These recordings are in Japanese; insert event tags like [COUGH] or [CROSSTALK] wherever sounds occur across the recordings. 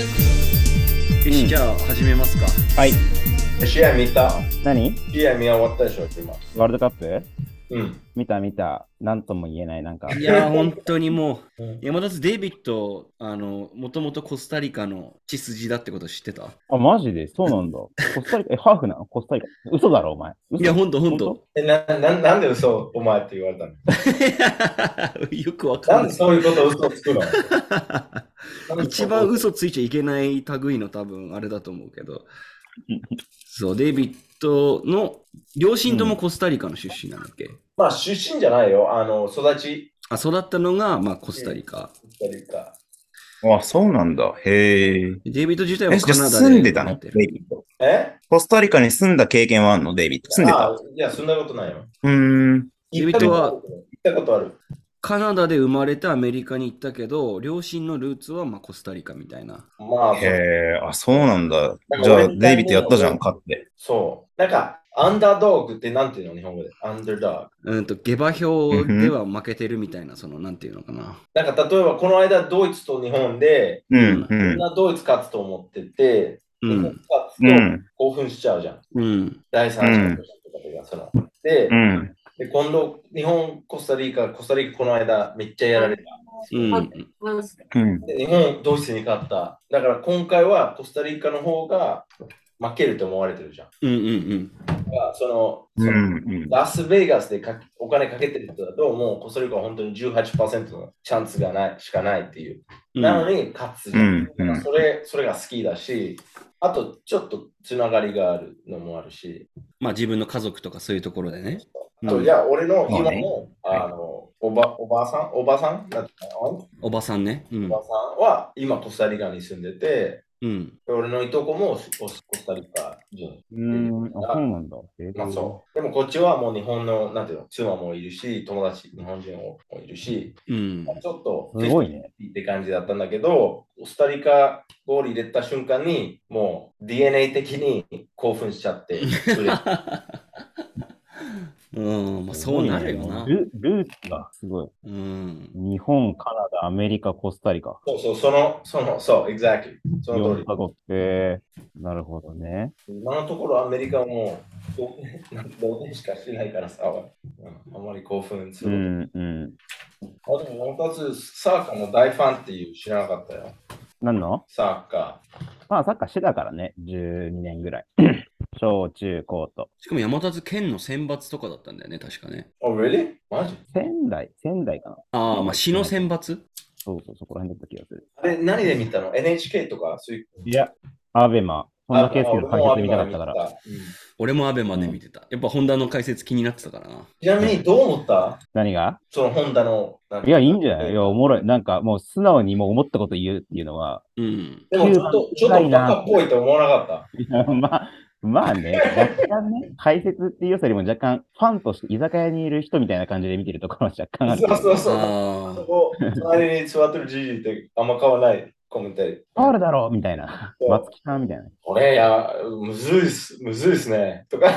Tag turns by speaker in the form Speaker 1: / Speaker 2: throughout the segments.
Speaker 1: よし、じゃあ始めますか。
Speaker 2: はい。
Speaker 3: 試合見た
Speaker 2: 何
Speaker 3: 試合見終わったでしょ、今。
Speaker 2: ワールドカップ
Speaker 3: うん。
Speaker 2: 見た見た。なんとも言えない。なんか。
Speaker 1: いやー、本当にもう
Speaker 3: うん、
Speaker 1: 山田デイビッド、あの、もともとコスタリカの血筋だってこと知ってた
Speaker 2: あ、マジでそうなんだ。コスタリカ、え、ハーフなのコスタリカ。嘘だろ、お前。嘘
Speaker 1: いや、ほんとほん
Speaker 2: 本
Speaker 1: と。
Speaker 3: え、な、ななんで嘘お前って言われたの
Speaker 1: [LAUGHS] よくわか
Speaker 3: なんん
Speaker 1: な
Speaker 3: で
Speaker 1: い。
Speaker 3: そういうこと嘘つく
Speaker 4: [LAUGHS]
Speaker 3: の
Speaker 1: 一番嘘ついちゃいけない類の多分あれだと思うけど。そう、デイビッドの両親ともコスタリカの出身なんだっけ、
Speaker 3: まあ、出身じゃないよ。あの、育ち、
Speaker 1: あ育ったのが、まあ、コスタリカ。
Speaker 3: コスタリカ。
Speaker 4: あ、そうなんだ。へえ。
Speaker 1: デイビッド自体
Speaker 4: え、
Speaker 1: は
Speaker 4: じゃ
Speaker 1: カ
Speaker 4: あ
Speaker 1: ナダで
Speaker 4: 住んでた
Speaker 1: や
Speaker 4: の
Speaker 1: って
Speaker 4: デ
Speaker 1: る
Speaker 4: イビッド。
Speaker 3: え
Speaker 4: コスタリカに住んだ経験はあるのデイビッド。住んでた
Speaker 3: あ。いや、そんなことないよ。
Speaker 4: うーん。
Speaker 1: デイビッドは
Speaker 3: 行ったことある。行ったこ
Speaker 1: カナダで生まれてアメリカに行ったけど、両親のルーツはまあコスタリカみたいな。
Speaker 3: とある。まあ、
Speaker 4: へえ、あ、そうなんだ。じゃ
Speaker 3: 俺
Speaker 4: あ、
Speaker 3: みたいに
Speaker 4: デイビッドやったじゃん、勝って。
Speaker 3: そう。なんか、アンダードーグってなんていうの日本語で。アンダードーグ。
Speaker 1: うんと、下馬評では負けてるみたいな、その、なんていうのかな。
Speaker 3: なんか、例えばこの間、ドイツと日本で、
Speaker 4: うん、う
Speaker 3: みん
Speaker 4: ん。
Speaker 3: なドイツ勝つと思ってて、
Speaker 1: う
Speaker 3: 日本
Speaker 1: ん。
Speaker 3: 勝つ
Speaker 4: う
Speaker 3: と
Speaker 4: ん、
Speaker 3: 興奮しちゃうじゃん。
Speaker 1: うん。
Speaker 3: 第三者とかがその。で
Speaker 4: う、ん。
Speaker 3: で今度、日本、コスタリカ、コスタリカこの間めっちゃやられた。
Speaker 1: うん。
Speaker 4: うん。
Speaker 3: で日本、ドイツに勝った。だから今回はコスタリカの方が負けると思われてるじゃん。
Speaker 1: うんうん
Speaker 3: だからその、
Speaker 4: う
Speaker 3: その
Speaker 4: ん。うん
Speaker 3: ラスベガスでかお金かけてる人だと、もうコスタリカは本当に18%のチャンスがない、しかないっていう。
Speaker 1: うん。
Speaker 3: なのに勝つじゃん。
Speaker 4: うんうん
Speaker 3: それ、それが好きだし、あとちょっとつながりがあるのもあるし、
Speaker 1: まあ自分の家族とかそういうところでね。
Speaker 3: あと、
Speaker 1: うん
Speaker 3: じゃあ、俺の今
Speaker 4: まあね
Speaker 3: の、あの、おば、おばあさん、おばあさんだったのお
Speaker 1: おばさんね。うん
Speaker 3: ば。あさんは、今、コスタリカに住んでて、
Speaker 1: うん。
Speaker 3: で俺のいとこもコスコスタリカ人。
Speaker 2: うん。あ、そうなんだ。へえ
Speaker 3: まあ、そう。でも、こっちはもう日本の、なんていうの、妻もいるし、友達、日本人もいるし、
Speaker 1: うん
Speaker 3: ま。あちょっと、
Speaker 2: すごいね。
Speaker 3: って感じだったんだけど、コスタリカゴール入れた瞬間に、もう DNA 的に興奮しちゃって、
Speaker 2: [LAUGHS]
Speaker 3: 嬉しい
Speaker 1: うん。まあそうなるよな。
Speaker 2: ルルーツがすごい。
Speaker 1: うん。
Speaker 2: 日本、カナダ、アメリカ、コスタリカ。
Speaker 3: そうそう、その、その、そう、exactly。その通
Speaker 2: 4。
Speaker 3: り
Speaker 2: カ国。えーなるほどね。
Speaker 3: 今のところアメリカはもう同年同年しかしてないからさ、うんあんまり興奮す
Speaker 2: う
Speaker 3: る。
Speaker 2: ん、うん。
Speaker 3: あでも、もう一つ、サッカーの大ファンっていう知らなかったよ。
Speaker 2: 何の
Speaker 3: サッカ
Speaker 2: まあ、サッカーしてたからね。12年
Speaker 3: [LAUGHS]
Speaker 2: ぐらい。小中高と。
Speaker 1: しかも山立県の選抜とかだったんだよね、確かね。
Speaker 3: ー。Oh, really? マジ
Speaker 2: 仙台、仙台かな。
Speaker 1: ああ、まあ市の選抜
Speaker 2: そうそう、そこら辺だった気がする。
Speaker 3: あれ、何で見たの ?NHK とか、そういう。
Speaker 2: いや、アベマ。そんなケースけど解説見たかったか
Speaker 3: あ
Speaker 2: ら。
Speaker 3: あ俺も見たうん
Speaker 1: 俺もアベマで見てた。やっぱホンダの解説気になってたからな。
Speaker 3: ちなみに、どう思った
Speaker 2: 何が
Speaker 3: その本田の。なんか
Speaker 2: いや、いいんじゃないいや、おもろい。なんか、もう素直にもう思ったこと言うっていうのは、 [LAUGHS]
Speaker 1: うん。
Speaker 3: でも、ちょっと、ちょっとバカっぽいと思わなかった。
Speaker 2: いやまあ、まあね、若干ね、解説っていうよりも若干、ファンとして居酒屋にいる人みたいな感じで見てるところは若干ある。
Speaker 3: そうそうそう。
Speaker 1: あ
Speaker 3: そ
Speaker 1: あ。
Speaker 3: こ、
Speaker 2: [LAUGHS]
Speaker 3: 隣に座ってるじじいってあんま変わらないコメンタリー。
Speaker 2: ファールだろうみたいな。
Speaker 3: そう
Speaker 2: 松木さんみたいな。
Speaker 3: これ、いや、むずいっす、むずいっすね。とか。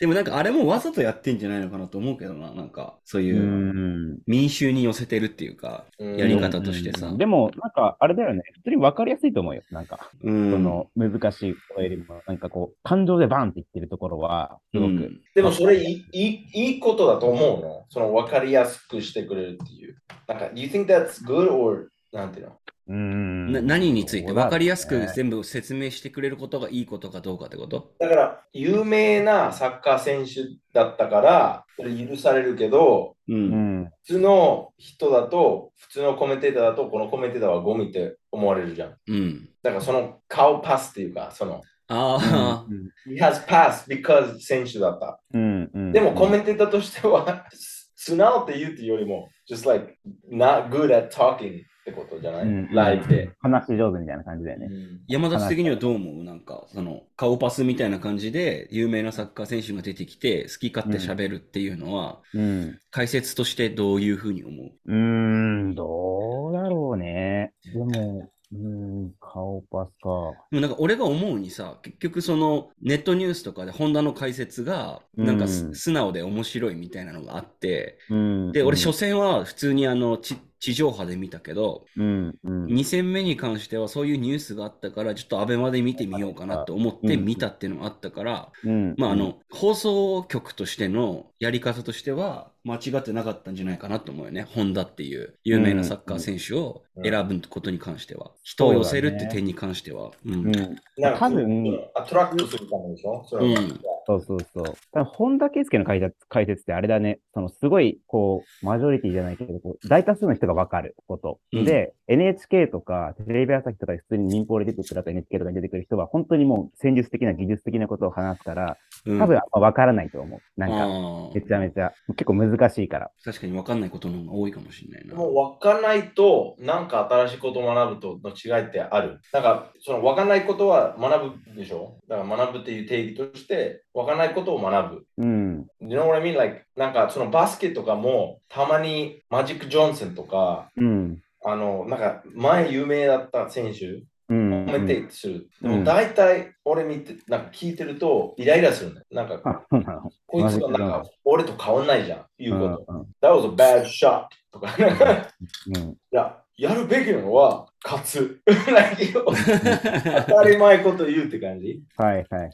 Speaker 1: でもなんかあれもわざとやってんじゃないのかなと思うけどな。なんかそう
Speaker 2: う
Speaker 1: いう
Speaker 2: ーん。
Speaker 1: 民衆に寄せてるっていうか。やり方としてさ
Speaker 2: うんでも、なんか、あれだよね。普通に分かりやすいと思うよ。なんか、
Speaker 1: う
Speaker 2: そ
Speaker 1: ん。
Speaker 2: の、難しいことよりも、なんかこう、感情でバンって言ってるところは、すご
Speaker 1: う
Speaker 2: く
Speaker 1: ん
Speaker 3: でもそれいいいいいいことだと思うの。その分かりやすくしてくれるっていう。なんか、you think that's good or なんていうの
Speaker 2: うん
Speaker 1: な何について分かりやすく
Speaker 2: ね
Speaker 1: 全部説明してくれることがいいことかどうかってこと
Speaker 3: だから、有名なサッカー選手だったから、それ許されるけど、
Speaker 1: う。
Speaker 2: うんん。
Speaker 3: 普通の人だと、普通のコメンテーターだと、このコメンテーターはゴミって思われるじゃん。
Speaker 1: うん。
Speaker 3: だから、その顔パスっていうか、その、
Speaker 1: ああ。
Speaker 3: he has passed because 選手だった。
Speaker 2: うんうん
Speaker 3: でもコメンテーターとしては、 [LAUGHS] 素直って言うっていうよりも、just like not good at talking ってことじゃない、
Speaker 2: うん
Speaker 3: ライブで。
Speaker 2: 話し上手みたいな感じだよね。
Speaker 1: 山立的にはどう思うなんか、その、顔パスみたいな感じで、有名なサッカー選手が出てきて、好き勝手喋るっていうのは、
Speaker 2: うん。
Speaker 1: 解説としてどういうふうに思う
Speaker 2: うーん、どうだろうね。でも、うーん、顔パスか。
Speaker 1: でもなんか俺が思うにさ、結局そのネットニュースとかでホンダの解説が、
Speaker 2: うん
Speaker 1: なんかす素直で面白いみたいなのがあって、
Speaker 2: うん。
Speaker 1: で、俺
Speaker 2: うん
Speaker 1: 初戦は普通にあの、ち地上波で見たけど、
Speaker 2: うん、うん。
Speaker 1: 2戦目に関してはそういうニュースがあったから、ちょっとアベマで見てみようかなと思って見たっていうのがあったから、
Speaker 2: うん
Speaker 1: まああ、の、放送局としてのやり方としては間違ってなかったんじゃないかなと思うよね。ホンダっていう有名なサッカー選手を選ぶことに関しては。人を寄せるって点に関しては。うん
Speaker 2: うん。
Speaker 3: なんか
Speaker 2: 多分
Speaker 3: アトラクトするためでしょそれは
Speaker 1: うん
Speaker 2: そうそうそう。多分本田圭佑の解説解説ってあれだね、そのすごい、こう、マジョリティじゃないけど、こう大多数の人がわかること。
Speaker 1: うん
Speaker 2: で、NHK とか、テレビ朝日とかで普通に民放で出てくるあと NHK とかに出てくる人は、本当にもう戦術的な技術的なことを話すから、
Speaker 1: うん
Speaker 2: 多分あんまわからないと思う。なんか、
Speaker 1: あ
Speaker 2: め
Speaker 1: ー
Speaker 2: ちゃめちゃ、結構難しいから。
Speaker 1: 確かに分かんないことの方が多いかもしれない
Speaker 3: で
Speaker 1: な。
Speaker 3: も分かんないと、なんか新しいことを学ぶとの違いってある。なんか、その分かんないことは学ぶでしょだから学ぶっていう定義として、分かんないことを学ぶ。
Speaker 2: うん。
Speaker 3: You know what I mean? Like, なんかそのバスケとかも、たまにマジック・ジョンソンとか、
Speaker 2: うん。
Speaker 3: あの、なんか前有名だった選手、
Speaker 2: うん。
Speaker 3: コメンテートする。
Speaker 2: うん
Speaker 3: でも大体俺見て、なんか聞いてるとイライラするね。なんか、
Speaker 2: あそうなの
Speaker 3: こいつはな
Speaker 2: マジック
Speaker 3: ん
Speaker 2: ジョン
Speaker 3: か俺と変わんないじゃん、
Speaker 2: う
Speaker 3: 言うこ
Speaker 2: ん
Speaker 3: と。That was a bad shot! とか。
Speaker 2: うん。
Speaker 3: [LAUGHS] いや、やるべきなのは勝 [LAUGHS] つ。当たり前こと言うって感じ。
Speaker 2: はいはいはい。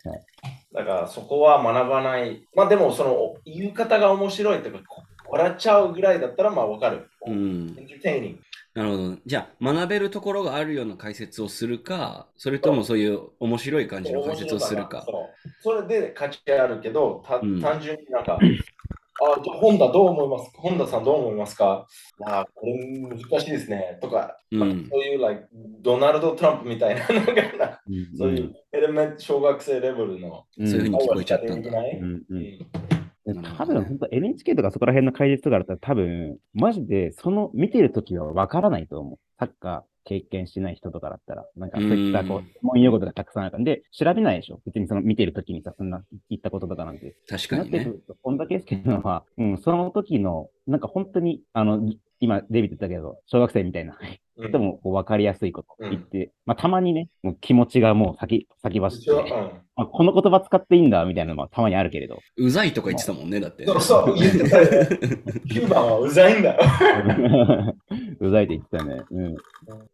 Speaker 3: だからそこは学ばない。まあでもその言い方が面白いとか、こ笑っちゃうぐらいだったらまあわかる。
Speaker 1: うん
Speaker 3: エンターテイニング。
Speaker 1: なるほど。じゃあ、学べるところがあるような解説をするか、それともそういう面白い感じの解説をするか。
Speaker 3: そうそれで価値があるけど、た
Speaker 1: うん
Speaker 3: 単純になんか、あ、ど本田どう思いますか本田さんどう思いますかあー、これ難しいですね。とか、
Speaker 1: うん
Speaker 3: そういう、like、ドナルド・トランプみたいな、 [LAUGHS] なんかそういうエレメント小学生レベルの。
Speaker 2: うん、
Speaker 1: そういうふうに聞こえちゃったんだ
Speaker 3: あわしできない
Speaker 2: うんう
Speaker 3: うんん
Speaker 2: 多分本当 NHK とかそこら辺の解説とかだったら多分、マジでその見てるときはわからないと思う。サッカー経験しない人とかだったら、なんかそういったこ
Speaker 1: う、
Speaker 2: うん問用語とかたくさんあるから、で、調べないでしょ。別にその見てるときにさ、そんな言ったこととかなんて。
Speaker 1: 確かに
Speaker 2: なって
Speaker 1: ね
Speaker 2: く。ると、本田圭佑のは、うん、その時の、なんか本当に、あの、今、デビット言ったけど、小学生みたいな
Speaker 3: うん
Speaker 2: 人もこう分かりやすいこと
Speaker 3: うん
Speaker 2: 言って、まあたまにね、もう気持ちがもう先、先走って、
Speaker 3: う
Speaker 2: あ、この言葉使っていいんだ、みたいなのもたまにあるけれど。
Speaker 1: うざいとか言ってたもんね、だって。
Speaker 3: ん、そうそう、言ってたよね。9番はうざいんだよ。
Speaker 2: [LAUGHS] うざいって言ってたね。うん。で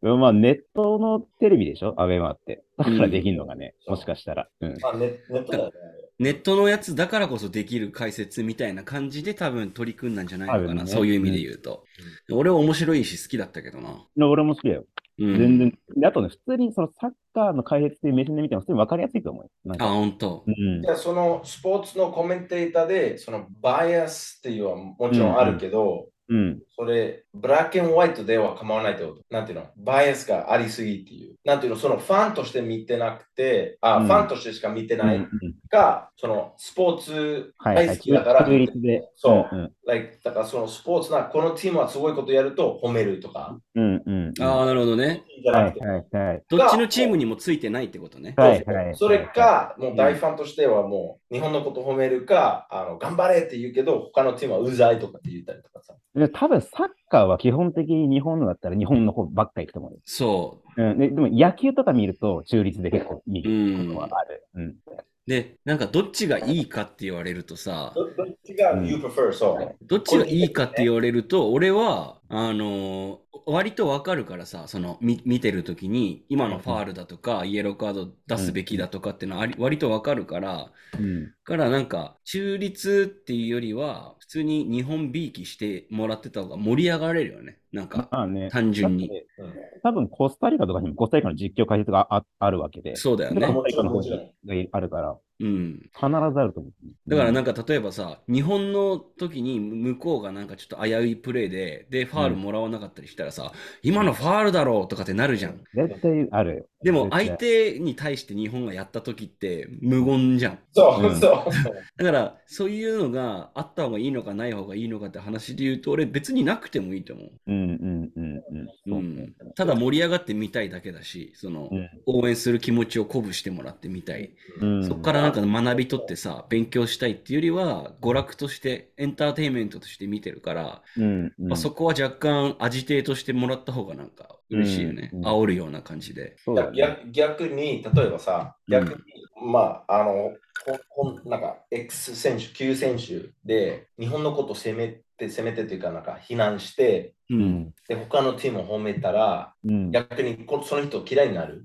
Speaker 2: もまあ、ネットのテレビでしょアベマって。だからできるのがね、
Speaker 3: うん
Speaker 2: もしかしたら。うん。
Speaker 3: まあネネットだよね。
Speaker 1: ネットのやつだからこそできる解説みたいな感じで多分取り組んだんじゃないのか
Speaker 2: 多
Speaker 1: な、
Speaker 2: 分ね
Speaker 1: そういう意味で言うと。俺は面白いし好きだったけどな。
Speaker 2: で俺も好きだよ。
Speaker 1: うん、
Speaker 2: 全然。であとね、普通にそのサッカーの解説っていう目線で見ても、普通に分かりやすいと思うよ。なん
Speaker 1: あ、
Speaker 2: か。
Speaker 1: 本当
Speaker 2: う。ん
Speaker 3: じ。ゃあそのスポーツのコメンテーターで、そのバイアスっていうのはもちろんあるけど、
Speaker 2: うん。
Speaker 3: それ、ブラックホワイトでは構わないってこと。なんていうのバイアスがありすぎっていう。なんていうのそのファンとして見てなくて、あ、
Speaker 2: うん
Speaker 3: ファンとしてしか見て
Speaker 2: うんう
Speaker 3: ない
Speaker 2: ん
Speaker 3: か、そのスポーツ
Speaker 2: はいはい。
Speaker 3: 大好きだから、
Speaker 2: 中立で。。
Speaker 3: そ
Speaker 2: う
Speaker 3: う
Speaker 2: ん。
Speaker 3: like だからそのスポーツな、このチームはすごいことやると褒めるとか、
Speaker 2: うんうん。
Speaker 1: ああ、なるほどね。
Speaker 3: じゃ
Speaker 2: は
Speaker 3: なく
Speaker 2: い
Speaker 3: て、
Speaker 2: はいはい。
Speaker 1: どっちのチームにもついてないってことね。
Speaker 2: はいはい。
Speaker 3: それ、か、もう大ファンとしてはもう日本のこと褒めるか、あの頑張れって言うけど、他のチームはうざいとかって言ったりとかさ。
Speaker 2: で多分サッカーは基本的に日本のだったら日本の方ばっか行くと思うよ。
Speaker 1: そ
Speaker 2: うん。ででも野球とか見ると中立で結構見
Speaker 1: う。う
Speaker 2: ること
Speaker 1: ん。
Speaker 2: はある。うん。
Speaker 1: で、なんかどっちがいいかって言われるとさ、
Speaker 3: どどっちが
Speaker 2: うん
Speaker 3: you prefer? そう。
Speaker 1: どっちがいいかって言われると、俺は、あのー割とわかるからさ、その、み見てるときに、今のファールだとか、イエローカード出すべきだとかってのはあり、割とわかるから、
Speaker 2: うん
Speaker 1: からなんか、中立っていうよりは、普通に日本びいきしてもらってた方が盛り上がれるよね。なん
Speaker 2: ま
Speaker 1: か、
Speaker 2: あね、
Speaker 1: 単純に。
Speaker 3: うん
Speaker 2: 多分コスタリカとかにもコスタリカの実況解説がああるわけで、
Speaker 1: そうだよ
Speaker 2: で
Speaker 1: ね。
Speaker 2: もちろんもちろんあるから、
Speaker 1: うん。
Speaker 2: 必ずあると思う。
Speaker 1: だからなん
Speaker 2: か、
Speaker 1: んか例えばさ、日本の時に向こうがなんかちょっと危ういプレーで、で、ファールもらわなかったりしたらさ、今のファールだろうとかってなるじゃん。
Speaker 2: 絶対あるよ。
Speaker 1: でも
Speaker 2: 絶対
Speaker 1: 相手に対して日本がやった時って無言じゃん。
Speaker 3: そう、
Speaker 2: うん
Speaker 3: そう。
Speaker 1: だからそういうのがあった方がいいのかない方がいいのかって話で言うと俺別になくてもいいと思う。
Speaker 2: うんうんうんうん。
Speaker 1: うん、ただ盛り上がってみたいだけだし、その
Speaker 2: うん
Speaker 1: 応援する気持ちを鼓舞してもらってみたい。
Speaker 2: うん
Speaker 1: そこからなんか学び取ってさ、勉強したいっていうよりは娯楽としてエンターテインメントとして見てるから、
Speaker 2: うんうん
Speaker 1: まあ、そこは若干アジテートしてもらった方がなんか嬉しいよね。
Speaker 2: うん
Speaker 1: 煽るような感じで。
Speaker 2: そうだ
Speaker 3: だ
Speaker 2: ね
Speaker 3: 逆逆に、例えばさ、
Speaker 1: うん
Speaker 3: 逆に、まあ、あの、ほほんなんか、X 選手、Q 選手で、日本のことを攻めて、攻めてというか、なんか、非難して、
Speaker 1: う。
Speaker 2: うんん。
Speaker 3: で、他のチームを褒めたら、
Speaker 2: うん。
Speaker 3: 逆にこその人を嫌いになる。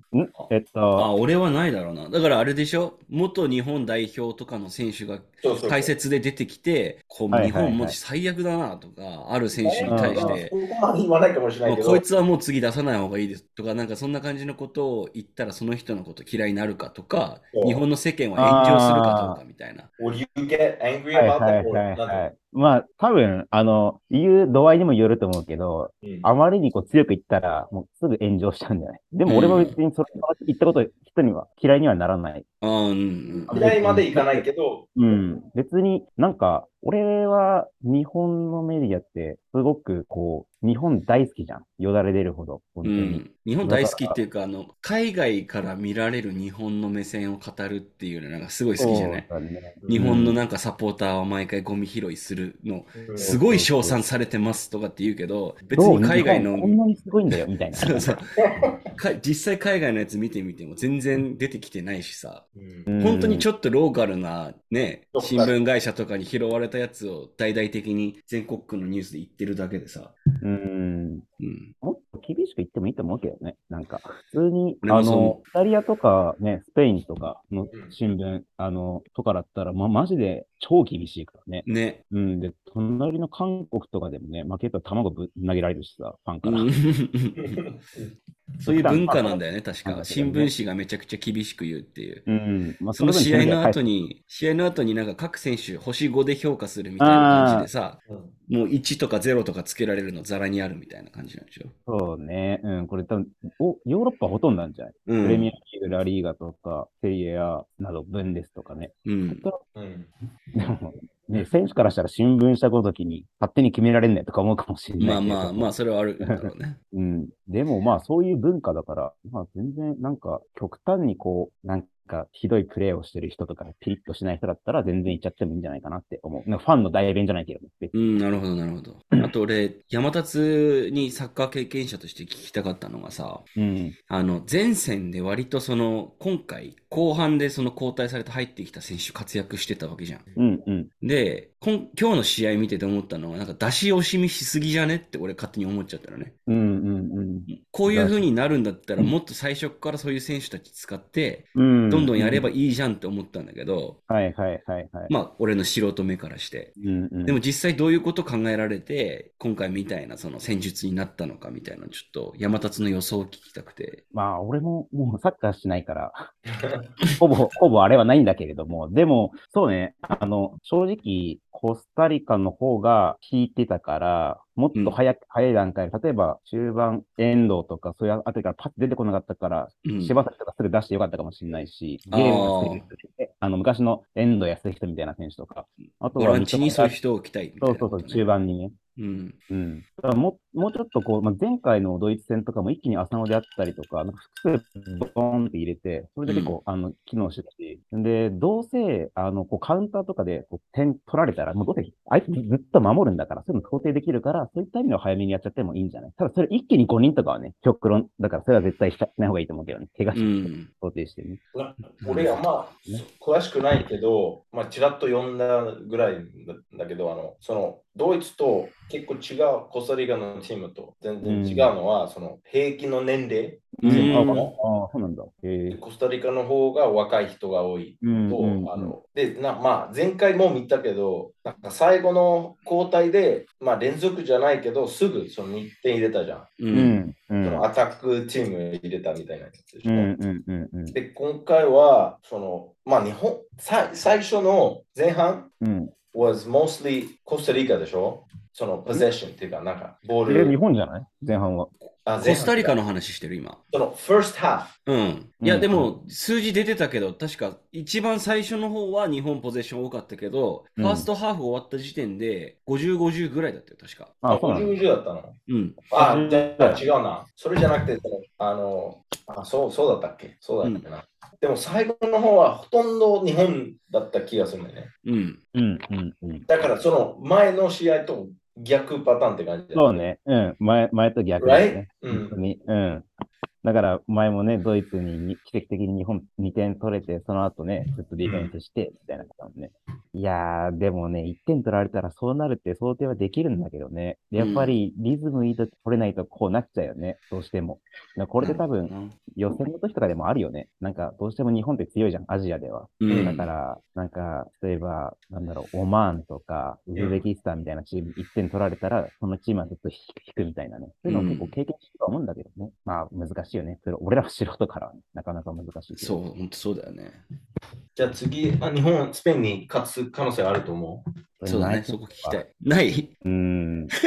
Speaker 2: えっと、
Speaker 1: あ、俺はないだろうな。だからあれでしょ元日本代表とかの選手が
Speaker 3: そうそう
Speaker 1: 解説で出てきて、こ
Speaker 2: は
Speaker 1: う日
Speaker 2: いはいはい
Speaker 1: 本も最悪だなとか、ある選手に対し
Speaker 3: まあ
Speaker 1: て、
Speaker 3: そこまで言わないかもしれな
Speaker 1: も
Speaker 3: いうけど、
Speaker 1: こいつはもう次出さない方がいいですとか、なんかそんな感じのことを言ったら、その人のこと嫌いになるかとか
Speaker 3: そ、う
Speaker 1: 日本の世間は炎上するかどうかみたいな。
Speaker 3: Will you get angry
Speaker 2: はいは
Speaker 3: about
Speaker 2: い
Speaker 3: that?
Speaker 2: はいは
Speaker 3: なんて
Speaker 2: い。まあ、多分、あの、言う度合いにもよると思うけど、
Speaker 3: うん
Speaker 2: あまりにこう強く言ったら、もうすぐ炎上しちゃうんじゃないでも俺も別にそれ言ったこと、人には嫌いにはならない。
Speaker 1: あーうんうん
Speaker 3: 嫌いまでいかないけど、
Speaker 2: うん。別になんか、俺は日本のメディアって、すごくこう、日本大好きじゃん。よだれ出るほど。本
Speaker 1: う
Speaker 2: 当に。
Speaker 1: ん、日本大好きっていうかあの、海外から見られる日本の目線を語るっていうのなんかすごい好きじゃない
Speaker 2: そうだね
Speaker 1: 日本のなんかサポーターは毎回ゴミ拾いするの、
Speaker 3: うん
Speaker 1: すごい称賛されてますとかって言うけど、別
Speaker 2: どう
Speaker 1: に海外
Speaker 2: 日
Speaker 1: の
Speaker 2: 本、こんなにすごいんだよ、みたい
Speaker 1: [LAUGHS]
Speaker 2: な。
Speaker 1: そうそうか実際海外のやつ見てみても全然出てきてないしさ、
Speaker 3: うん
Speaker 2: うん
Speaker 1: 本当にちょっとローカルなね
Speaker 3: う、ん
Speaker 1: 新聞会社とかに拾われたやつを大々的に全国区のニュースで言ってるだけでさ、
Speaker 2: うん。
Speaker 1: うん、
Speaker 2: もっと厳しく言ってもいいと思うけどね。なんか、普通に、
Speaker 1: 俺
Speaker 2: あ
Speaker 1: もそう思う
Speaker 2: の、イタリアとかね、スペインとかの新聞、あの、とかだったら、ま、マジで超厳しいからね。
Speaker 1: ね、
Speaker 2: うん。で、隣の韓国とかでもね、負けたら卵ぶん投げられるしさ、ファン
Speaker 1: う
Speaker 2: から。
Speaker 1: んそういう文化なんだよね、確
Speaker 2: ま
Speaker 1: か。
Speaker 2: あ
Speaker 1: 新聞紙がめちゃくちゃ厳しく言うっていう。
Speaker 2: うん。まあ、
Speaker 1: その試合の後
Speaker 2: に。
Speaker 1: に、試合の後になんか各選手星5で評価するみたいな感じでさ、
Speaker 3: うん
Speaker 1: もう1とか0とかつけられるのざらにあるみたいな感じなんでしょ。
Speaker 2: そうね。うん。これ多分、お、ヨーロッパほとんどなんじゃない、
Speaker 1: う
Speaker 2: プレミア
Speaker 1: ん。
Speaker 2: リーグ、ラリーガとか、セリエアなど、ブンデスとかね。
Speaker 1: うん、
Speaker 3: うん
Speaker 2: でも、ね、選手からしたら新聞社ごときに勝手に決められんねとか思うかもしれない
Speaker 1: まあ
Speaker 2: けど。
Speaker 1: まあまあ、それはあるんだろうね。
Speaker 2: うん。でもまあそういう文化だから、まあ全然なんか極端にこう、なんかひどいプレーをしてる人とかピリッとしない人だったら全然いっちゃってもいいんじゃないかなって思う。なんかファンの代弁じゃないけど、別に。
Speaker 1: うん、なるほど、なるほど。あと俺、山達にサッカー経験者として聞きたかったのがさ、
Speaker 2: うん。
Speaker 1: あの、前線で割とその、今回、後半でその交代されて入ってきた選手活躍してたわけじゃん。
Speaker 2: うんうん。
Speaker 1: で、こん今日の試合見てて思ったのは、なんか出し惜しみしすぎじゃねって俺勝手に思っちゃったのね。
Speaker 2: うんうんうん。
Speaker 1: こういう風になるんだったら、もっと最初からそういう選手たち使って、
Speaker 2: うん。
Speaker 1: どんどんやればいいじゃんって思ったんだけど、
Speaker 2: はいはいはいはい。
Speaker 1: まあ、俺の素人目からして。
Speaker 2: うんうん。
Speaker 1: でも実際どういうこと考えられて、今回みたいなその戦術になったのかみたいな、ちょっと山達の予想を聞きたくて。
Speaker 2: まあ、俺ももうサッカーしないから、 [LAUGHS] ほぼ、ほぼあれはないんだけれども、でも、そうね、あの、正直、コスタリカの方が効いてたから、もっと早く、早い段階で、例えば中盤、遠藤とか、そういうあたりからパッと出てこなかったから、
Speaker 1: うん。
Speaker 2: 柴崎とかすぐ出してよかったかもしれないし、
Speaker 1: あ
Speaker 2: ゲ
Speaker 1: ー
Speaker 2: ームが好きな人であの、昔の遠藤康人みたいな選手とか、あと
Speaker 1: ボ
Speaker 2: は
Speaker 1: ラン
Speaker 2: 三笘
Speaker 1: チ
Speaker 2: が、
Speaker 1: にそういう人を置きたいみたい
Speaker 2: そ
Speaker 1: うな
Speaker 2: そ
Speaker 1: こ
Speaker 2: うそ
Speaker 1: と
Speaker 2: う、
Speaker 1: ね、
Speaker 2: 中盤にね。
Speaker 1: うん。
Speaker 2: うん、だからももうちょっとこう、まあ、前回のドイツ戦とかも一気に浅野であったりとか、なんか複数ボーンって入れて、それで結構、あの機能してたし、で、どうせあのこうカウンターとかでこう点取られたら、もうどうせ相手ずっと守るんだから、そういうの想定できるから、そういった意味では早めにやっちゃってもいいんじゃないただそれ一気に5人とかはね、極論、だからそれは絶対しない方がいいと思うけどね、怪我
Speaker 1: う
Speaker 2: し
Speaker 1: ん。
Speaker 2: 想定してね。
Speaker 3: な俺はまあ、詳しくないけど、まあ、ちらっと読んだぐらいだけど、あの、その、ドイツと結構違うコスタリカのチームと全然違うのは、その、平均の年齢、
Speaker 1: う
Speaker 2: あ
Speaker 1: ん
Speaker 2: ああ、そうなんだ。へえ
Speaker 3: コスタリカの方が若い人が多い。
Speaker 2: うん
Speaker 3: と、
Speaker 2: うん
Speaker 3: あのでなまあ、前回も見たけど、なんか最後の交代で、まあ、連続じゃないけど、すぐその1点入れたじゃん。
Speaker 1: う。
Speaker 2: うんん、うん、う
Speaker 3: そ
Speaker 2: ん
Speaker 3: のアタックチーム入れたみたいなやつでし
Speaker 2: う
Speaker 3: ょ。
Speaker 2: ん、うん、うん
Speaker 3: で、今回は、その、まあ、日本、さ最初の前半
Speaker 2: うん。
Speaker 3: was mostly コスタリカでしょその、ポゼッションっていうか、なんか、ボー
Speaker 2: え、日
Speaker 3: ル。
Speaker 2: 本じゃない前半は。
Speaker 3: あ
Speaker 1: コスタリカ
Speaker 3: の。
Speaker 1: の話してる今。
Speaker 3: その、first half。
Speaker 1: うん。いや、
Speaker 2: うん
Speaker 1: でも、数字出てたけど、確か、一番最初の方は日本ポゼッション多かったけど、
Speaker 2: うん
Speaker 1: ファーストハーフ終わった時点で、50、50ぐらいだったよ、確か。
Speaker 2: あ、そうなんだ。
Speaker 3: 50だったの。
Speaker 1: うん。
Speaker 3: あ
Speaker 2: うん、
Speaker 3: じゃあ違うな。それじゃなくて、そのあの、あそう、そうだったっけそうだったっけな。でも、最後の方はほとんど日本だった気がするんだよね。
Speaker 1: うん。
Speaker 2: うん、うん、うん。
Speaker 3: だから、その前の試合と逆パターンって感じだ
Speaker 2: そう。ね。うん。前、前と逆ですね。
Speaker 3: Right？うん
Speaker 2: 本当に。うん。だから、前もね、ドイツにに奇跡的に日本2点取れて、その後ね、ずっとディフェンスして、みたいなことだもんね。いやー、でもね、1点取られたらそうなるって想定はできるんだけどね。でやっぱり、リズムいいとき取れないとこうなっちゃうよね。どうしても。だからこれで多分、予選の時とかでもあるよね。なんか、どうしても日本って強いじゃん、アジアでは。
Speaker 1: うん
Speaker 2: だから、なんか、例えば、なんだろう、オマーンとか、ウズベキスタンみたいなチーム、1点取られたら、そのチームはずっと引く引くみたいなね。そういうのを結構経験してるとは思うんだけどね。まあ、難しいよね。それ俺らは素人からはね、なかなか難しいけど。
Speaker 1: そう、本当そうだよね。
Speaker 3: じゃあ次、あ日本、スペインに勝つ可能性あると思う。
Speaker 2: れ
Speaker 1: そうだ
Speaker 2: ナ
Speaker 1: ね、
Speaker 2: イス
Speaker 1: そこ聞きたい。ない
Speaker 2: うーん。 [LAUGHS]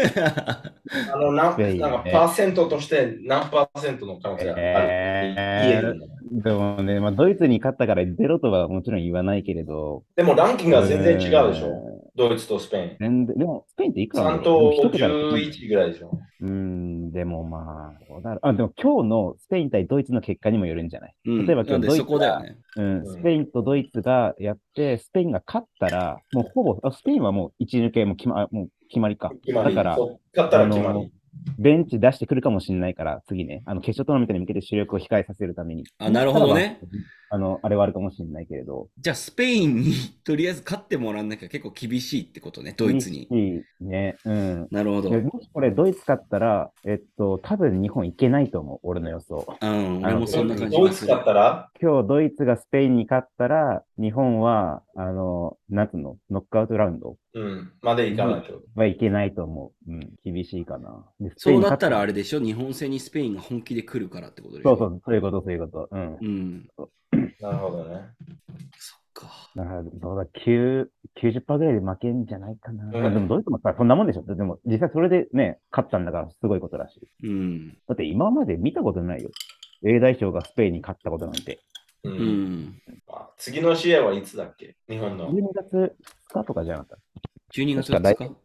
Speaker 3: あの、な
Speaker 2: スペインね
Speaker 3: なんかパーセントとして何パーセントの可能性ある、
Speaker 2: えー
Speaker 3: 言えるんだね
Speaker 2: でもね、まあ、ドイツに勝ったからゼロとはもちろん言わないけれど。
Speaker 3: でもランキングは全然違うでしょ。ドイツとスペイ
Speaker 2: うー
Speaker 3: ン。
Speaker 2: ん全然でも、スペインっていくらなん
Speaker 3: 3
Speaker 2: だろ
Speaker 3: と
Speaker 2: うでも一桁だと思うんだよ
Speaker 3: 11ぐらいでしょ。
Speaker 2: うーん、でもまあ、どうだろう。あ、でも今日のスペイン対ドイツの結果にもよるんじゃない
Speaker 1: うん
Speaker 2: 例えば今日
Speaker 1: なんで
Speaker 2: ドイツ
Speaker 1: そこだよね。
Speaker 2: うん、
Speaker 3: うん
Speaker 2: スペインとドイツがやって、スペインが勝ったら、もうほぼ、あスペインはもう一抜けもう決ま、もう決まりか。
Speaker 3: 決まり。
Speaker 2: だから
Speaker 3: そう勝ったら決まり。
Speaker 2: ベンチ出してくるかもしれないから、次ね、あの決勝トーナメントに向けて主力を控えさせるために。
Speaker 1: あなるほどね。
Speaker 2: あの、あれはあるかもしれないけれど。
Speaker 1: じゃあ、スペインに [LAUGHS] とりあえず勝ってもらわなきゃ結構厳しいってことね、ドイツに。
Speaker 2: いいね。うん。
Speaker 1: なるほど。う
Speaker 2: で
Speaker 1: ん、
Speaker 2: もしこれドイツ勝ったら、えっと、多分日本いけないと思う、俺の予想。
Speaker 1: 俺もそんな感じ
Speaker 3: ドイ
Speaker 1: が
Speaker 3: ツ
Speaker 1: する
Speaker 3: だ。ったら、
Speaker 2: 今日ドイツがスペインに勝ったら、日本は、あの、夏のノックアウトラウンド
Speaker 3: うん、までいかないと。
Speaker 2: はいけないと思う。うん、厳しいかな。でス
Speaker 1: そ
Speaker 2: ペイン
Speaker 1: う
Speaker 2: に
Speaker 1: な
Speaker 2: 勝
Speaker 1: ったらあれでしょ、日本戦にスペインが本気で来るからってことでし
Speaker 2: そう
Speaker 1: ょ。
Speaker 2: そう、そういうこと、そういうこと。うん。
Speaker 1: うん。
Speaker 3: なるほどね。
Speaker 1: そっか。
Speaker 2: だから、どうだ、9 90%ぐらいで負けんじゃないかな。
Speaker 3: ん
Speaker 2: まあでも、ドイツもさ、そんなもんでしょ。でも、実際それでね、勝ったんだから、すごいことだし。
Speaker 1: うん。
Speaker 2: だって、今まで見たことないよ。A 代表がスペインに勝ったことなんて。
Speaker 3: う
Speaker 1: うんん。
Speaker 3: あ次の試合はいつだっけ日本の。
Speaker 2: 12月2日とかじゃなかった。
Speaker 1: 12月
Speaker 2: 確か
Speaker 1: 2
Speaker 2: 大
Speaker 1: 日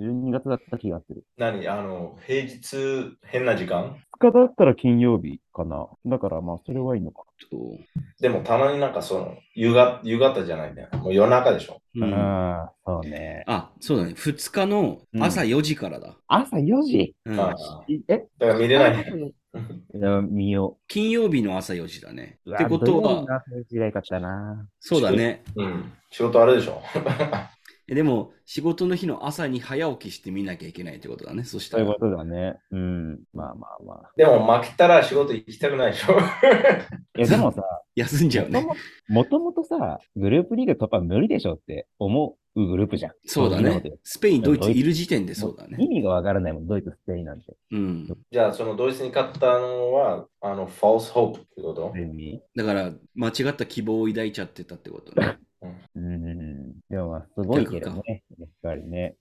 Speaker 2: うん。12月だった気がする。
Speaker 3: 何あの、平日変な時間
Speaker 2: 2日だったら金曜日かな。だから、まあ、それはいいのか。
Speaker 1: と
Speaker 3: でもたまになんかその夕が、夕方じゃないんだよ。もう夜中でしょ。
Speaker 1: う
Speaker 2: うん、
Speaker 1: ん、
Speaker 2: そうね。
Speaker 1: あ、そうだね。2日の朝4時からだ。
Speaker 2: 朝4時
Speaker 1: うん
Speaker 3: ああ
Speaker 2: え
Speaker 3: だから見
Speaker 2: [LAUGHS]
Speaker 3: れない。
Speaker 2: うん見よう。
Speaker 1: 金曜日の朝4時だね。
Speaker 2: う
Speaker 1: っ
Speaker 2: わ
Speaker 1: てこと
Speaker 2: 土曜日の
Speaker 1: は、
Speaker 2: 朝時代かったな。
Speaker 1: そうだね。
Speaker 3: うん。仕事あるでしょ。
Speaker 1: えでも、仕事の日の朝に早起きして見なきゃいけないってことだね。そし
Speaker 2: そ
Speaker 1: た
Speaker 2: うい
Speaker 1: ら
Speaker 2: う。ことだね。うん。まあまあまあ。
Speaker 3: でも負けたら仕事行きたくないでしょ。 [LAUGHS]
Speaker 2: いや、で
Speaker 1: [LAUGHS]
Speaker 2: もさ、
Speaker 1: 休んじゃうね。
Speaker 2: もともとさ、グループリーグ突破無理でしょって思うグループじゃん。
Speaker 1: そうだね。スペイン、ドイツいる時点でそうだ
Speaker 2: も
Speaker 1: ね。
Speaker 2: 意味がわからないもん、ドイツ、スペインなんて。
Speaker 1: うん。
Speaker 3: じゃあそのドイツに勝ったのは、あの、ファースホープってこと
Speaker 2: 全に。
Speaker 1: だから、間違った希望を抱いちゃってたってことね。
Speaker 2: うん。でもまあ、すごいけどね。やっぱりね。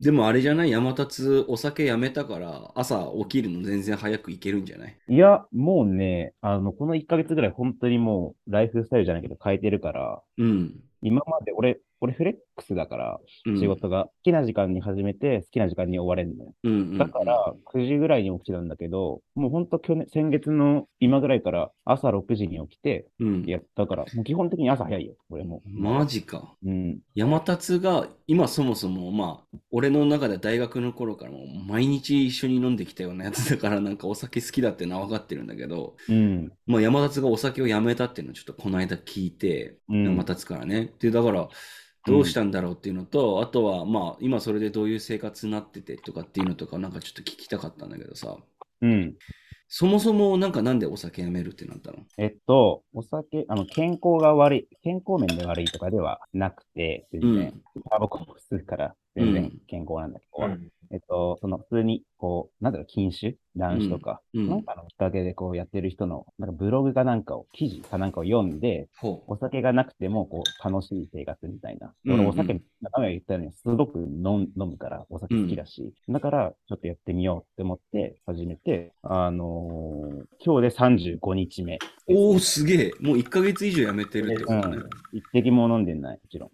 Speaker 1: でもあれじゃない山達、お酒やめたから、朝起きるの全然早く行けるんじゃない
Speaker 2: いや、もうね、あの、この1ヶ月ぐらい本当にもう、ライフスタイルじゃないけど変えてるから、
Speaker 1: うん。
Speaker 2: 今まで俺、俺フレックスだから、
Speaker 1: うん
Speaker 2: 仕事が好きな時間に始めて、好きな時間に終われるのよ。
Speaker 1: うんうん
Speaker 2: だから、9時ぐらいに起きてたんだけど、もうほんと去年、先月の今ぐらいから朝6時に起きて、
Speaker 1: うん
Speaker 2: い、やったから、もう基本的に朝早いよ、俺も。
Speaker 1: マジか。
Speaker 2: うん。
Speaker 1: 山達が今そもそもまあ俺の中では大学の頃からもう毎日一緒に飲んできたようなやつだからなんかお酒好きだってのは分かってるんだけど、
Speaker 2: うん。
Speaker 1: まあ、山達がお酒をやめたっていうのをちょっとこの間聞いて、
Speaker 2: うん
Speaker 1: 山達からね。でだからどうしたんだろうっていうのと、あとはまあ今それでどういう生活になっててとかっていうのとかなんかちょっと聞きたかったんだけどさ
Speaker 2: うん。
Speaker 1: そもそもなんかなんでお酒やめるってなったの
Speaker 2: えっと、お酒、あの、健康が悪い、健康面で悪いとかではなくて、全然、タバコも吸うから、全
Speaker 1: うん
Speaker 2: 然健康なんだけど、
Speaker 3: うん
Speaker 2: えっと、その、普通に、こう、なんだろう、禁酒断酒とか、
Speaker 1: うん
Speaker 2: なんかのきっかけでこうやってる人の、なんかブログかなんかを、記事かなんかを読んで、
Speaker 1: ほう
Speaker 2: お酒がなくてもこう楽しい生活みたいな。
Speaker 1: うんうん
Speaker 2: 俺お酒、中身が言ったように、すごく飲ん飲むから、お酒好きだし、だからちょっとやってみようって思って始めて、あのー今日で35日目。
Speaker 1: おおすげえもう1ヶ月以上やめてるってことね、
Speaker 2: うん一滴も飲んでない、もちろん。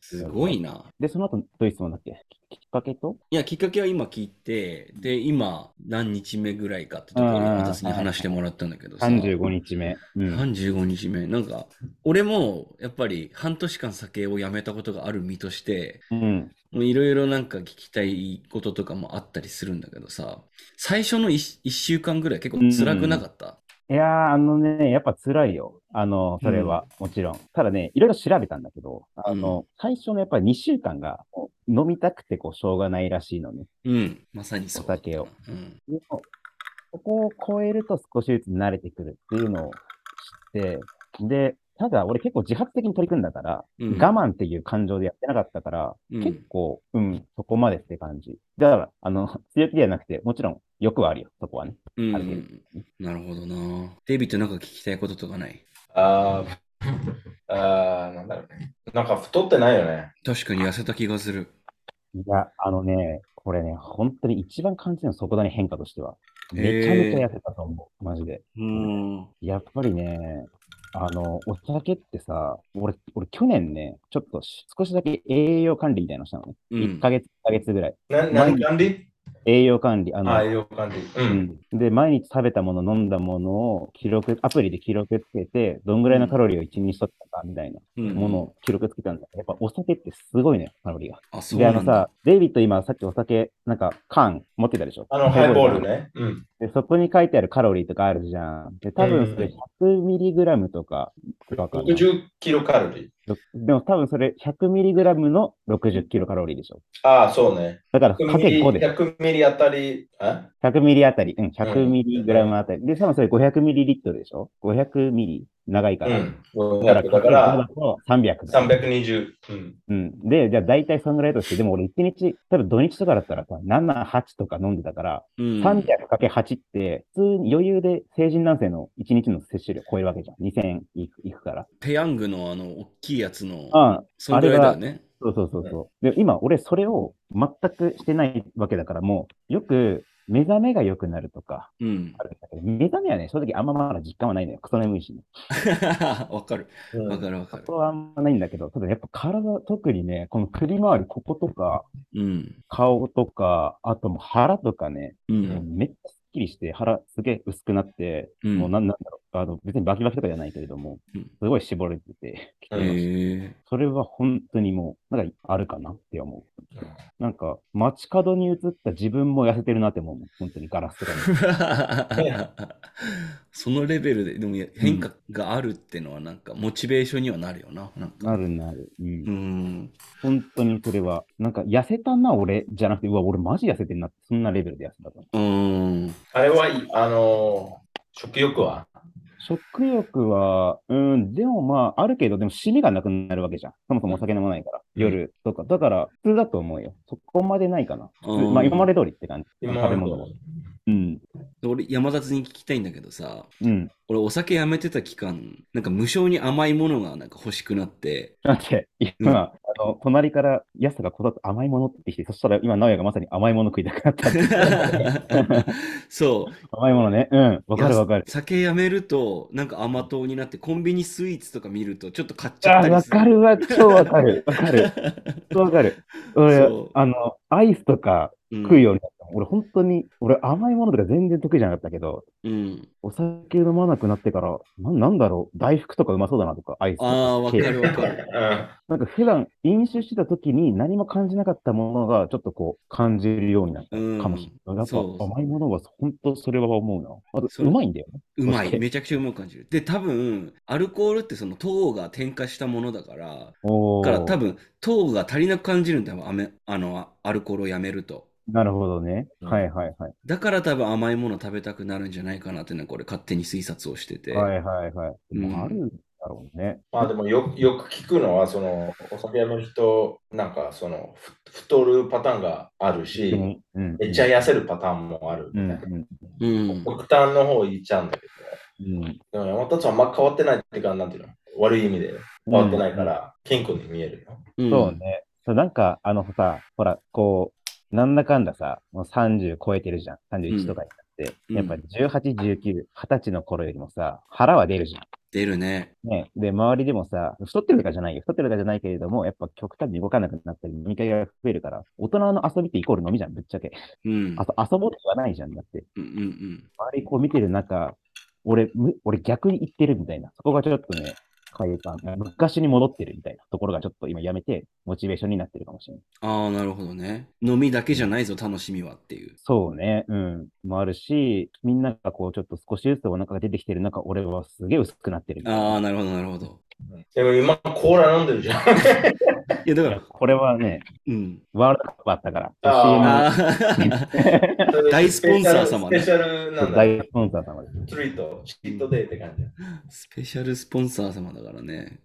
Speaker 1: すごいな。
Speaker 2: で、その後、どういう質問だっけききっかけと
Speaker 1: いや、きっかけは今聞いて、で、今、何日目ぐらいかってところに
Speaker 2: うん
Speaker 1: 私に話してもらったんだけどさ。
Speaker 2: ?35 日目。うん。
Speaker 1: 35日目。なんか、俺も、やっぱり、半年間酒をやめたことがある身として、
Speaker 2: うん。
Speaker 1: もういろいろなんか聞きたいこととかもあったりするんだけどさ、最初の 1, 週間ぐらい結構辛くなかった。
Speaker 2: いやー、あのね、やっぱ辛いよ。あの、それは、もちろん。ただね、いろいろ調べたんだけど、あの、最初のやっぱり2週間が、もう飲みたくてこう、しょうがないらしいのね。
Speaker 1: うん、まさにそう。
Speaker 2: お酒を
Speaker 1: うん。
Speaker 2: でもここを超えると少しずつ慣れてくるっていうのを知って、で、ただ俺結構自発的に取り組んだから、
Speaker 1: うん
Speaker 2: 我慢っていう感情でやってなかったから、
Speaker 1: うん
Speaker 2: 結構、うん、そこまでって感じ。だから、あの、 [LAUGHS] 強気ではなくて、もちろん欲はあるよ、そこはね。
Speaker 1: うん
Speaker 2: ある程
Speaker 1: なるほどな。デイビッドなんか聞きたいこととかない
Speaker 3: あー [LAUGHS] あー、なんだろうね。なんか太ってないよね。
Speaker 1: 確かに痩せた気がする。
Speaker 2: いや、あのね、これね、本当に一番感じるの、そこだね、変化としては。
Speaker 1: へー
Speaker 2: めちゃめちゃ痩せたと思う、マジで。
Speaker 1: うん。
Speaker 2: やっぱりね、あの、お酒ってさ、俺、俺去年ね、ちょっとし少しだけ栄養管理みたいなのしたのね。
Speaker 1: うん
Speaker 2: 1ヶ月、1ヶ月ぐらい。
Speaker 3: な何管理
Speaker 2: 栄養管理、あの、
Speaker 3: ああ、栄養管理。
Speaker 2: う
Speaker 3: う。
Speaker 2: んんで、毎日食べたもの、飲んだものを記録、アプリで記録つけて、どんぐらいのカロリーを1日取ったかみたいな
Speaker 1: うん
Speaker 2: ものを記録つけたんだけど、やっぱお酒ってすごいね、カロリーが。
Speaker 1: あ、そう
Speaker 2: で、あ
Speaker 1: な
Speaker 2: の
Speaker 1: んだ
Speaker 2: さ。、デイビッド今さっきお酒、なんか缶持ってたでしょ
Speaker 3: あの、ハイボール。ね。うん。
Speaker 2: で、そこに書いてあるカロリーとかあるじゃん。で、多分それ 100mg とかわかんない
Speaker 3: 60キロカロリー。
Speaker 2: でも多分それ 100mg の 60kcal カロリーでしょ。
Speaker 3: ああ、そうね。
Speaker 2: だからかけ5でしょ。
Speaker 3: 100ミリあたり、あ
Speaker 2: 100ml あたり。うん、100mg あたり。で、多分それ 500ml でしょ。500ml。長いか
Speaker 3: う
Speaker 2: ら。
Speaker 3: ん。500だから、
Speaker 2: 300だ。
Speaker 3: 320。うん。
Speaker 2: うん。で、じゃあ大体そんぐらいだとして、でも俺1日、多分土日とかだったらさ、7、8とか飲んでたから、
Speaker 1: うん。
Speaker 2: 300×8 って、普通に余裕で成人男性の1日の摂取量超えるわけじゃん。2000いくいくから。
Speaker 1: ペヤングのあの、大きいやつの、
Speaker 2: ああ、
Speaker 1: そのぐらいだよね。
Speaker 2: そうそうそうそう。で、今、俺それを全くしてないわけだから、もう、よく、目覚めが良くなるとか、 [LAUGHS]
Speaker 1: うん
Speaker 2: あ。るんだけど、目覚めはね、正直あんままだ実感はないのよ。クソ眠いしね。
Speaker 1: わかる。
Speaker 3: うん
Speaker 1: わかるわかる。
Speaker 2: はあんまないんだけど、ただやっぱ体、特にね、この首回り、こことか、
Speaker 1: うん。
Speaker 2: 顔とか、あともう腹とかね、
Speaker 1: う。
Speaker 2: もうんめっちゃすっきりして、腹すげえ薄くなって、
Speaker 1: うん
Speaker 2: もうなんなんだろう、あの、別にバキバキとかじゃないけれども、
Speaker 1: うん
Speaker 2: すごい絞れてて、
Speaker 3: う
Speaker 1: へ
Speaker 3: ん
Speaker 2: [LAUGHS]
Speaker 1: え。
Speaker 2: それは本当にもう、なんかあるかなって思う。なんか、街角に映った自分も痩せてるなって思うもん。本当にガラス
Speaker 1: [LAUGHS]
Speaker 2: とかに。
Speaker 1: そのレベルで、でもや変化があるってのは、なんか、モチベーションにはなるよな。なんか
Speaker 2: なるなる。うん
Speaker 1: う。ん。
Speaker 2: 本当にそれは、なんか痩せたな、俺、じゃなくて、うわ、俺マジ痩せてんなって、そんなレベルで痩せたと思う。
Speaker 1: うん。
Speaker 3: あれはい、あのー、食欲は
Speaker 2: 食欲は、うん、でもまあ、あるけど、でも締めがなくなるわけじゃん。そもそもお酒飲まないから、夜とか。だから、普通だと思うよ。そこまでないかな。
Speaker 1: うん
Speaker 2: 普通まあ、今まで通りって感じ。
Speaker 3: 今
Speaker 2: 食べ物も。うん。
Speaker 1: 俺、山田に聞きたいんだけどさ、
Speaker 2: うん。
Speaker 1: 俺、お酒やめてた期間、なんか無性に甘いものがなんか欲しくな
Speaker 2: [LAUGHS]
Speaker 1: って、
Speaker 2: だって、今、あの、隣から、やすがこだって甘いものってきて、そしたら今、直哉がまさに甘いもの食いたくなったって。 [LAUGHS]
Speaker 1: そう、
Speaker 2: 甘いものね。うん。わかるわ
Speaker 1: い
Speaker 2: か
Speaker 1: や
Speaker 2: る。
Speaker 1: 酒やめると、なんか甘党になって、コンビニスイーツとか見ると、ちょっと買っちゃっ
Speaker 2: あ、
Speaker 1: たり
Speaker 2: わ
Speaker 1: する。
Speaker 2: かるわ。超わかる。わかる。
Speaker 1: [LAUGHS]
Speaker 2: 超わかる。俺
Speaker 1: そう、
Speaker 2: あの、アイスとか
Speaker 1: うん
Speaker 2: 食うようになったの。俺、本当に、俺、甘いものとか全然得意じゃなかったけど、
Speaker 1: うん。
Speaker 2: お酒飲まなくなってから、ななんだろう、大福とかうまそうだなとか、アイスと
Speaker 1: あ
Speaker 2: か。
Speaker 1: あ、わか
Speaker 2: ケーキ
Speaker 1: るわかる。
Speaker 3: う
Speaker 2: なんか普段飲酒してた時に何も感じなかったものが、ちょっとこう、感じるようになった
Speaker 1: うん
Speaker 2: かもしれない。やっぱ
Speaker 1: そう
Speaker 2: 甘いものは、本当それは思うな。あと、
Speaker 1: そう
Speaker 2: うまいんだよね。
Speaker 1: うまい。
Speaker 2: OK
Speaker 1: めちゃくちゃうまく感じる。で、多分、アルコールってその糖が添加したものだから、
Speaker 2: お
Speaker 1: だ
Speaker 2: ー
Speaker 1: から多分、糖が足りなく感じるんだよ、あめあの、アルコールをやめると。
Speaker 2: なるほどね。
Speaker 3: うん
Speaker 2: はいはいはい。
Speaker 1: だから多分甘いもの食べたくなるんじゃないかなっていうのは、これ勝手に推察をしてて。
Speaker 2: はいはいはい。で
Speaker 1: うん
Speaker 2: もあるんだろうね。
Speaker 3: まあでもよくよく聞くのは、そのお酒飲む人、なんかそのふ太るパターンがあるし、
Speaker 2: うん
Speaker 3: めっちゃ痩せるパターンもある。
Speaker 2: うんうん
Speaker 1: うん。
Speaker 3: 極端の方行っちゃうんだけ
Speaker 2: うん
Speaker 3: ど、でも山田さんあんま変わってないっていうか、なんていうの悪い意味で変わってないから、健康に見えるよ。
Speaker 1: うん
Speaker 2: そうね。そうなんか、あのさ、ほら、こう、なんだかんださ、もう30超えてるじゃん。31とかになって。
Speaker 1: うん
Speaker 2: やっぱ18、19、20歳の頃よりもさ、腹は出るじゃん。
Speaker 1: 出るね。
Speaker 2: ね、で、周りでもさ、太ってるとかじゃないよ。太ってるとかじゃないけれども、やっぱ極端に動かなくなったり、飲み会が増えるから、大人の遊びってイコール飲みじゃん、ぶっちゃけ。
Speaker 1: うん。
Speaker 2: あと遊ぼうって言わないじゃん、だって。
Speaker 1: うんうん
Speaker 2: 周りこう見てる中、俺、む俺逆に言ってるみたいな。そこがちょっとね、快感。昔に戻ってるみたいなところがちょっと今やめて、モチベーションになってるかもしれない。
Speaker 1: うん。ああ、なるほどね。飲みだけじゃないぞ、楽しみはっていう。
Speaker 2: そうね、うん。もあるし、みんながこうちょっと少しずつお腹が出てきてる中、俺はすげえ薄くなってるみたいな。
Speaker 1: ああ、なるほど、なるほど。
Speaker 3: でも今、コーラ飲んでるじゃ
Speaker 1: い
Speaker 2: [LAUGHS]
Speaker 3: ん。
Speaker 1: や、だか
Speaker 2: いや
Speaker 1: ら、
Speaker 2: これはね、
Speaker 1: うん。
Speaker 2: ワールドカップあったから。
Speaker 1: あ
Speaker 3: あ
Speaker 1: あ、大スポンサー様ね
Speaker 3: スペシャルな
Speaker 2: CM
Speaker 3: んだ。
Speaker 2: 大スポンサー様です。
Speaker 3: ストリート、チートデイって感じ。
Speaker 1: スペシャルスポンサー様だからね。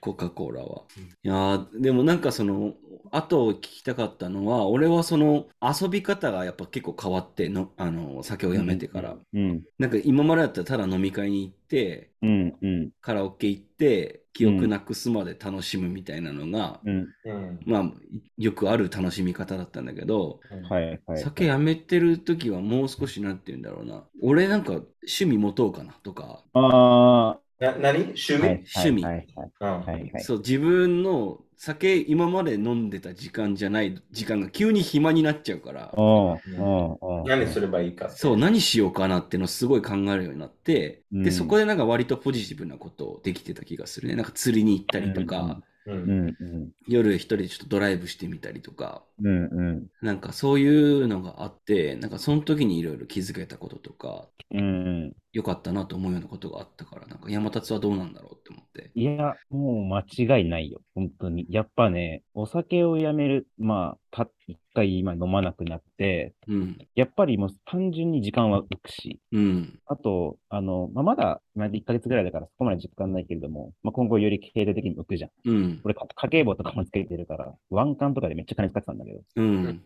Speaker 1: コカ・コーラは。いやーでもなんかその、あと聞きたかったのは、俺はその遊び方がやっぱ結構変わっての、あの、酒をやめてから。
Speaker 2: うん、
Speaker 1: なんか今までだったらただ飲み会に行って、
Speaker 2: うん、うん、
Speaker 1: カラオケ行って、記憶なくすまで楽しむみたいなのが、
Speaker 2: うん。
Speaker 3: うん
Speaker 1: まあ、よくある楽しみ方だったんだけど、
Speaker 2: はい、はい。
Speaker 1: 酒やめてる時はもう少しなんて言うんだろうな。俺なんか趣味持とうかなとか、
Speaker 2: あ
Speaker 3: な何趣
Speaker 2: ー、
Speaker 3: 味、
Speaker 2: はい
Speaker 1: 趣味
Speaker 2: はい、はい、
Speaker 3: うん
Speaker 2: はいはい。
Speaker 1: そう自分の酒今まで飲んでた時間じゃない時間が急に暇になっちゃうから
Speaker 2: おうおうおう
Speaker 3: 何すればいいか。
Speaker 1: そう何しようかなってのをすごい考えるようになって、
Speaker 2: う
Speaker 1: で
Speaker 2: ん
Speaker 1: そこでなんか割とポジティブなことをできてた気がするねなんか釣りに行ったりとか、
Speaker 2: うんう
Speaker 3: う。
Speaker 2: んんうん
Speaker 1: 夜一人でちょっとドライブしてみたりとか
Speaker 2: うんうん
Speaker 1: なんかそういうのがあってなんかその時にいろいろ気づけたこととか
Speaker 2: うんうん
Speaker 1: 良かったなと思うようなことがあったからなんか山立はどうなんだろうって思って
Speaker 2: いや、もう間違いないよ。本当に。やっぱね、お酒をやめる、まあ、た一回今飲まなくなって、
Speaker 1: うん
Speaker 2: やっぱりもう単純に時間は浮くし、
Speaker 1: うん
Speaker 2: あと、あの、まあ、まだ、まあ、1ヶ月ぐらいだからそこまで実感ないけれども、まあ、今後より経済的に浮くじゃん。
Speaker 1: うん
Speaker 2: 俺、か家計簿とかもつけてるから、ワンカンとかでめっちゃ金使ってたんだけど、
Speaker 1: うん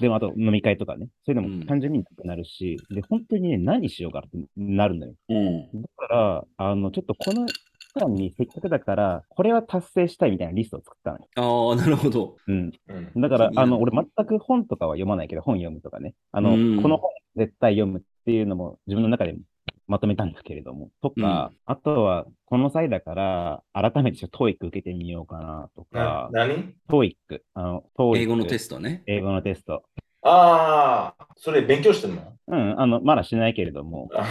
Speaker 2: でもあと飲み会とかね、そういうの
Speaker 1: うん
Speaker 2: も単純になくなるし、で、本当にね、何しようかってなるのよ。
Speaker 1: うん
Speaker 2: だから、あの、ちょっとこの期間にせっかくだから、これは達成したいみたいなリストを作ったのよ。
Speaker 1: ああなるほど
Speaker 2: うん。
Speaker 3: うん
Speaker 2: だから
Speaker 1: 気に、な
Speaker 2: あ
Speaker 1: る
Speaker 2: の、俺全く本とかは読まないけど、本読むとかね。あ
Speaker 1: う
Speaker 2: の、
Speaker 1: ん
Speaker 2: この本絶対読むっていうのも自分の中でまとめたんだけれども、とか、あとは、この際だから、改めてちょっと TOEIC 受けてみようかなと
Speaker 3: な
Speaker 2: か、
Speaker 3: 何
Speaker 2: TOEIC、あの、TOEIC
Speaker 1: 英語のテ
Speaker 2: ス
Speaker 1: ス
Speaker 2: ト。
Speaker 1: トね
Speaker 2: 英語のテスト。
Speaker 3: ああ、それ勉強してんの
Speaker 2: うん、あの、まだしないけれども、
Speaker 3: あ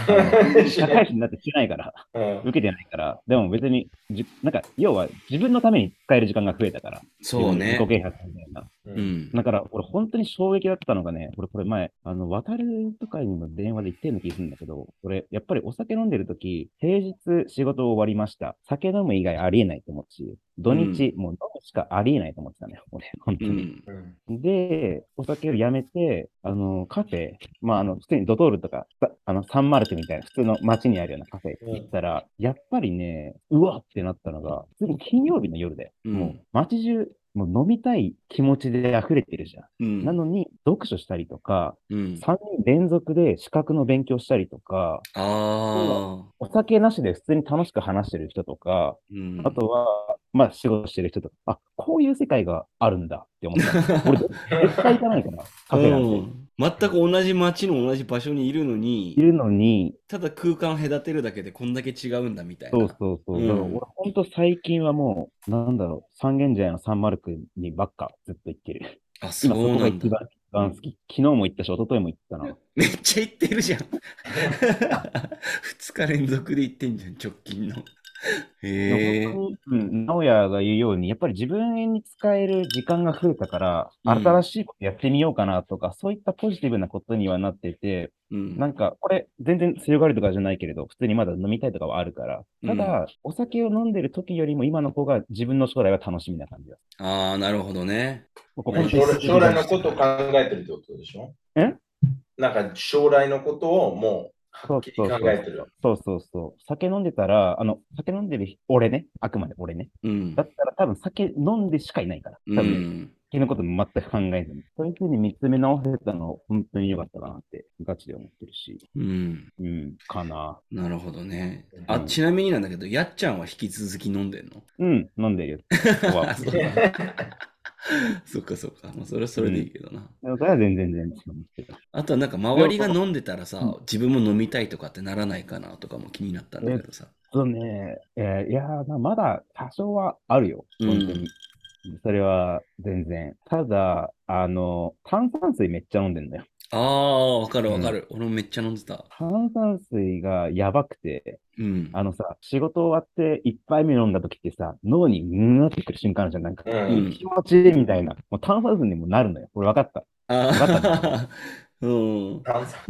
Speaker 2: 社会人になってしないから、
Speaker 3: [LAUGHS] うん
Speaker 2: 受けてないから、でも別にじ、なんか、要は自分のために使える時間が増えたから、
Speaker 1: そうね
Speaker 2: 自分の自己啓発みたいな。
Speaker 3: う
Speaker 1: うんん
Speaker 2: だから、俺本当に衝撃だったのがね、俺これ前、あの、渡るとかにも電話で言ってるの気がするんだけど、俺、やっぱりお酒飲んでるとき、平日仕事終わりました。酒飲む以外ありえないと思うし、土日、もう飲むしかありえないと思ってたのよ、俺、本当
Speaker 1: う
Speaker 2: に。
Speaker 1: ん
Speaker 3: うん
Speaker 2: で、お酒をやめて、あの、カフェ、まあ、あの、普通にドトールとか、さあの、サンマルクみたいな、普通の街にあるようなカフェ行ったら、やっぱりね、うわってなったのが、普通に金曜日の夜で、
Speaker 1: うん
Speaker 2: もう、街中、もう飲みたい気持ちで溢れてるじゃん。
Speaker 1: うん
Speaker 2: なのに、読書したりとか、
Speaker 1: うん
Speaker 2: 3人連続で資格の勉強したりとか、
Speaker 1: ああ、
Speaker 2: お酒なしで普通に楽しく話してる人とか、
Speaker 1: うん
Speaker 2: あとは、まあ、仕事してる人とか、あ、こういう世界があるんだって
Speaker 1: [LAUGHS]
Speaker 2: 思った。俺、絶対行かないから、カフェなんて。
Speaker 1: うん全く同じ町の同じ場所にいるのに
Speaker 2: いるのに、
Speaker 1: ただ空間を隔てるだけでこんだけ違うんだみたいな
Speaker 2: そうそうそう。
Speaker 1: うん
Speaker 2: だから俺、ほんと最近はもう、なんだろう、三軒茶屋のサンマルクにばっかずっと行ってる。
Speaker 1: あそ
Speaker 2: 今、そうこ
Speaker 1: な
Speaker 2: が
Speaker 1: ん
Speaker 2: 一
Speaker 1: だ
Speaker 2: 番一番好き。昨日も行ったし、一昨日も行ったな。
Speaker 1: めっちゃ行ってるじゃん [LAUGHS] 二日連続で行ってんじゃん直近のへ
Speaker 2: で
Speaker 1: え
Speaker 2: も本当にうん、直哉が言うように、やっぱり自分に使える時間が増えたから、
Speaker 1: うん
Speaker 2: 新しいことやってみようかなとか、そういったポジティブなことにはなってて、
Speaker 1: うん
Speaker 2: なんか、これ、全然強がりとかじゃないけれど、普通にまだ飲みたいとかはあるから、ただ、お酒を飲んでる時よりも今の方が自分の将来は楽しみな感じだ。
Speaker 1: ああなるほどね
Speaker 2: ここ
Speaker 1: うん
Speaker 3: 将来将来のことを考えてるってことでしょ
Speaker 2: え
Speaker 3: なんか将来のことをもう
Speaker 2: そ
Speaker 3: は
Speaker 2: う
Speaker 3: っきり
Speaker 2: そう
Speaker 3: 考
Speaker 2: そう
Speaker 3: えてる。
Speaker 2: そうそうそう。酒飲んでたら、あの、酒飲んでる人俺ね、あくまで俺ね。
Speaker 1: うん
Speaker 2: だったら多分酒飲んでしかいないから、
Speaker 1: う
Speaker 2: 多分、
Speaker 1: ん
Speaker 2: 酒のことも全く考えずに。そういうふうに見つめ直せたの、本当に良かったかなって、ガチで思ってるし。
Speaker 1: うん
Speaker 2: うん、かな。
Speaker 1: なるほどね
Speaker 3: うん
Speaker 1: あちなみになんだけどやっちゃんは引き続き飲んでんの [LAUGHS]
Speaker 2: [LAUGHS] うん、飲んでるよ。ここは
Speaker 1: そうそっかそっか。まあ、それはそれでいいけどな。
Speaker 2: でもそれは全然全然違うんですけど。
Speaker 1: あとはなんか周りが飲んでたらさ、自分も飲みたいとかってならないかなとかも気になったんだけどさ。
Speaker 2: そうね、えーいやーまあまだ多少はあるよ、
Speaker 1: うん
Speaker 2: 本当に。それは全然。ただ、あの、炭酸水めっちゃ飲んでんだよ。
Speaker 1: ああ、わかるわかる。俺もめっちゃ飲んでた。
Speaker 2: 炭酸水がやばくて、
Speaker 1: うん。
Speaker 2: あのさ、仕事終わって一杯目飲んだ時ってさ、脳にうーってくる瞬間あるじゃん。なんか、
Speaker 3: うん
Speaker 1: うん
Speaker 2: 気持ちいいみたいな。もう炭酸水にもなるのよ。これ分かった。
Speaker 1: あ
Speaker 2: わ
Speaker 1: あ、 [LAUGHS] うん。
Speaker 3: 炭酸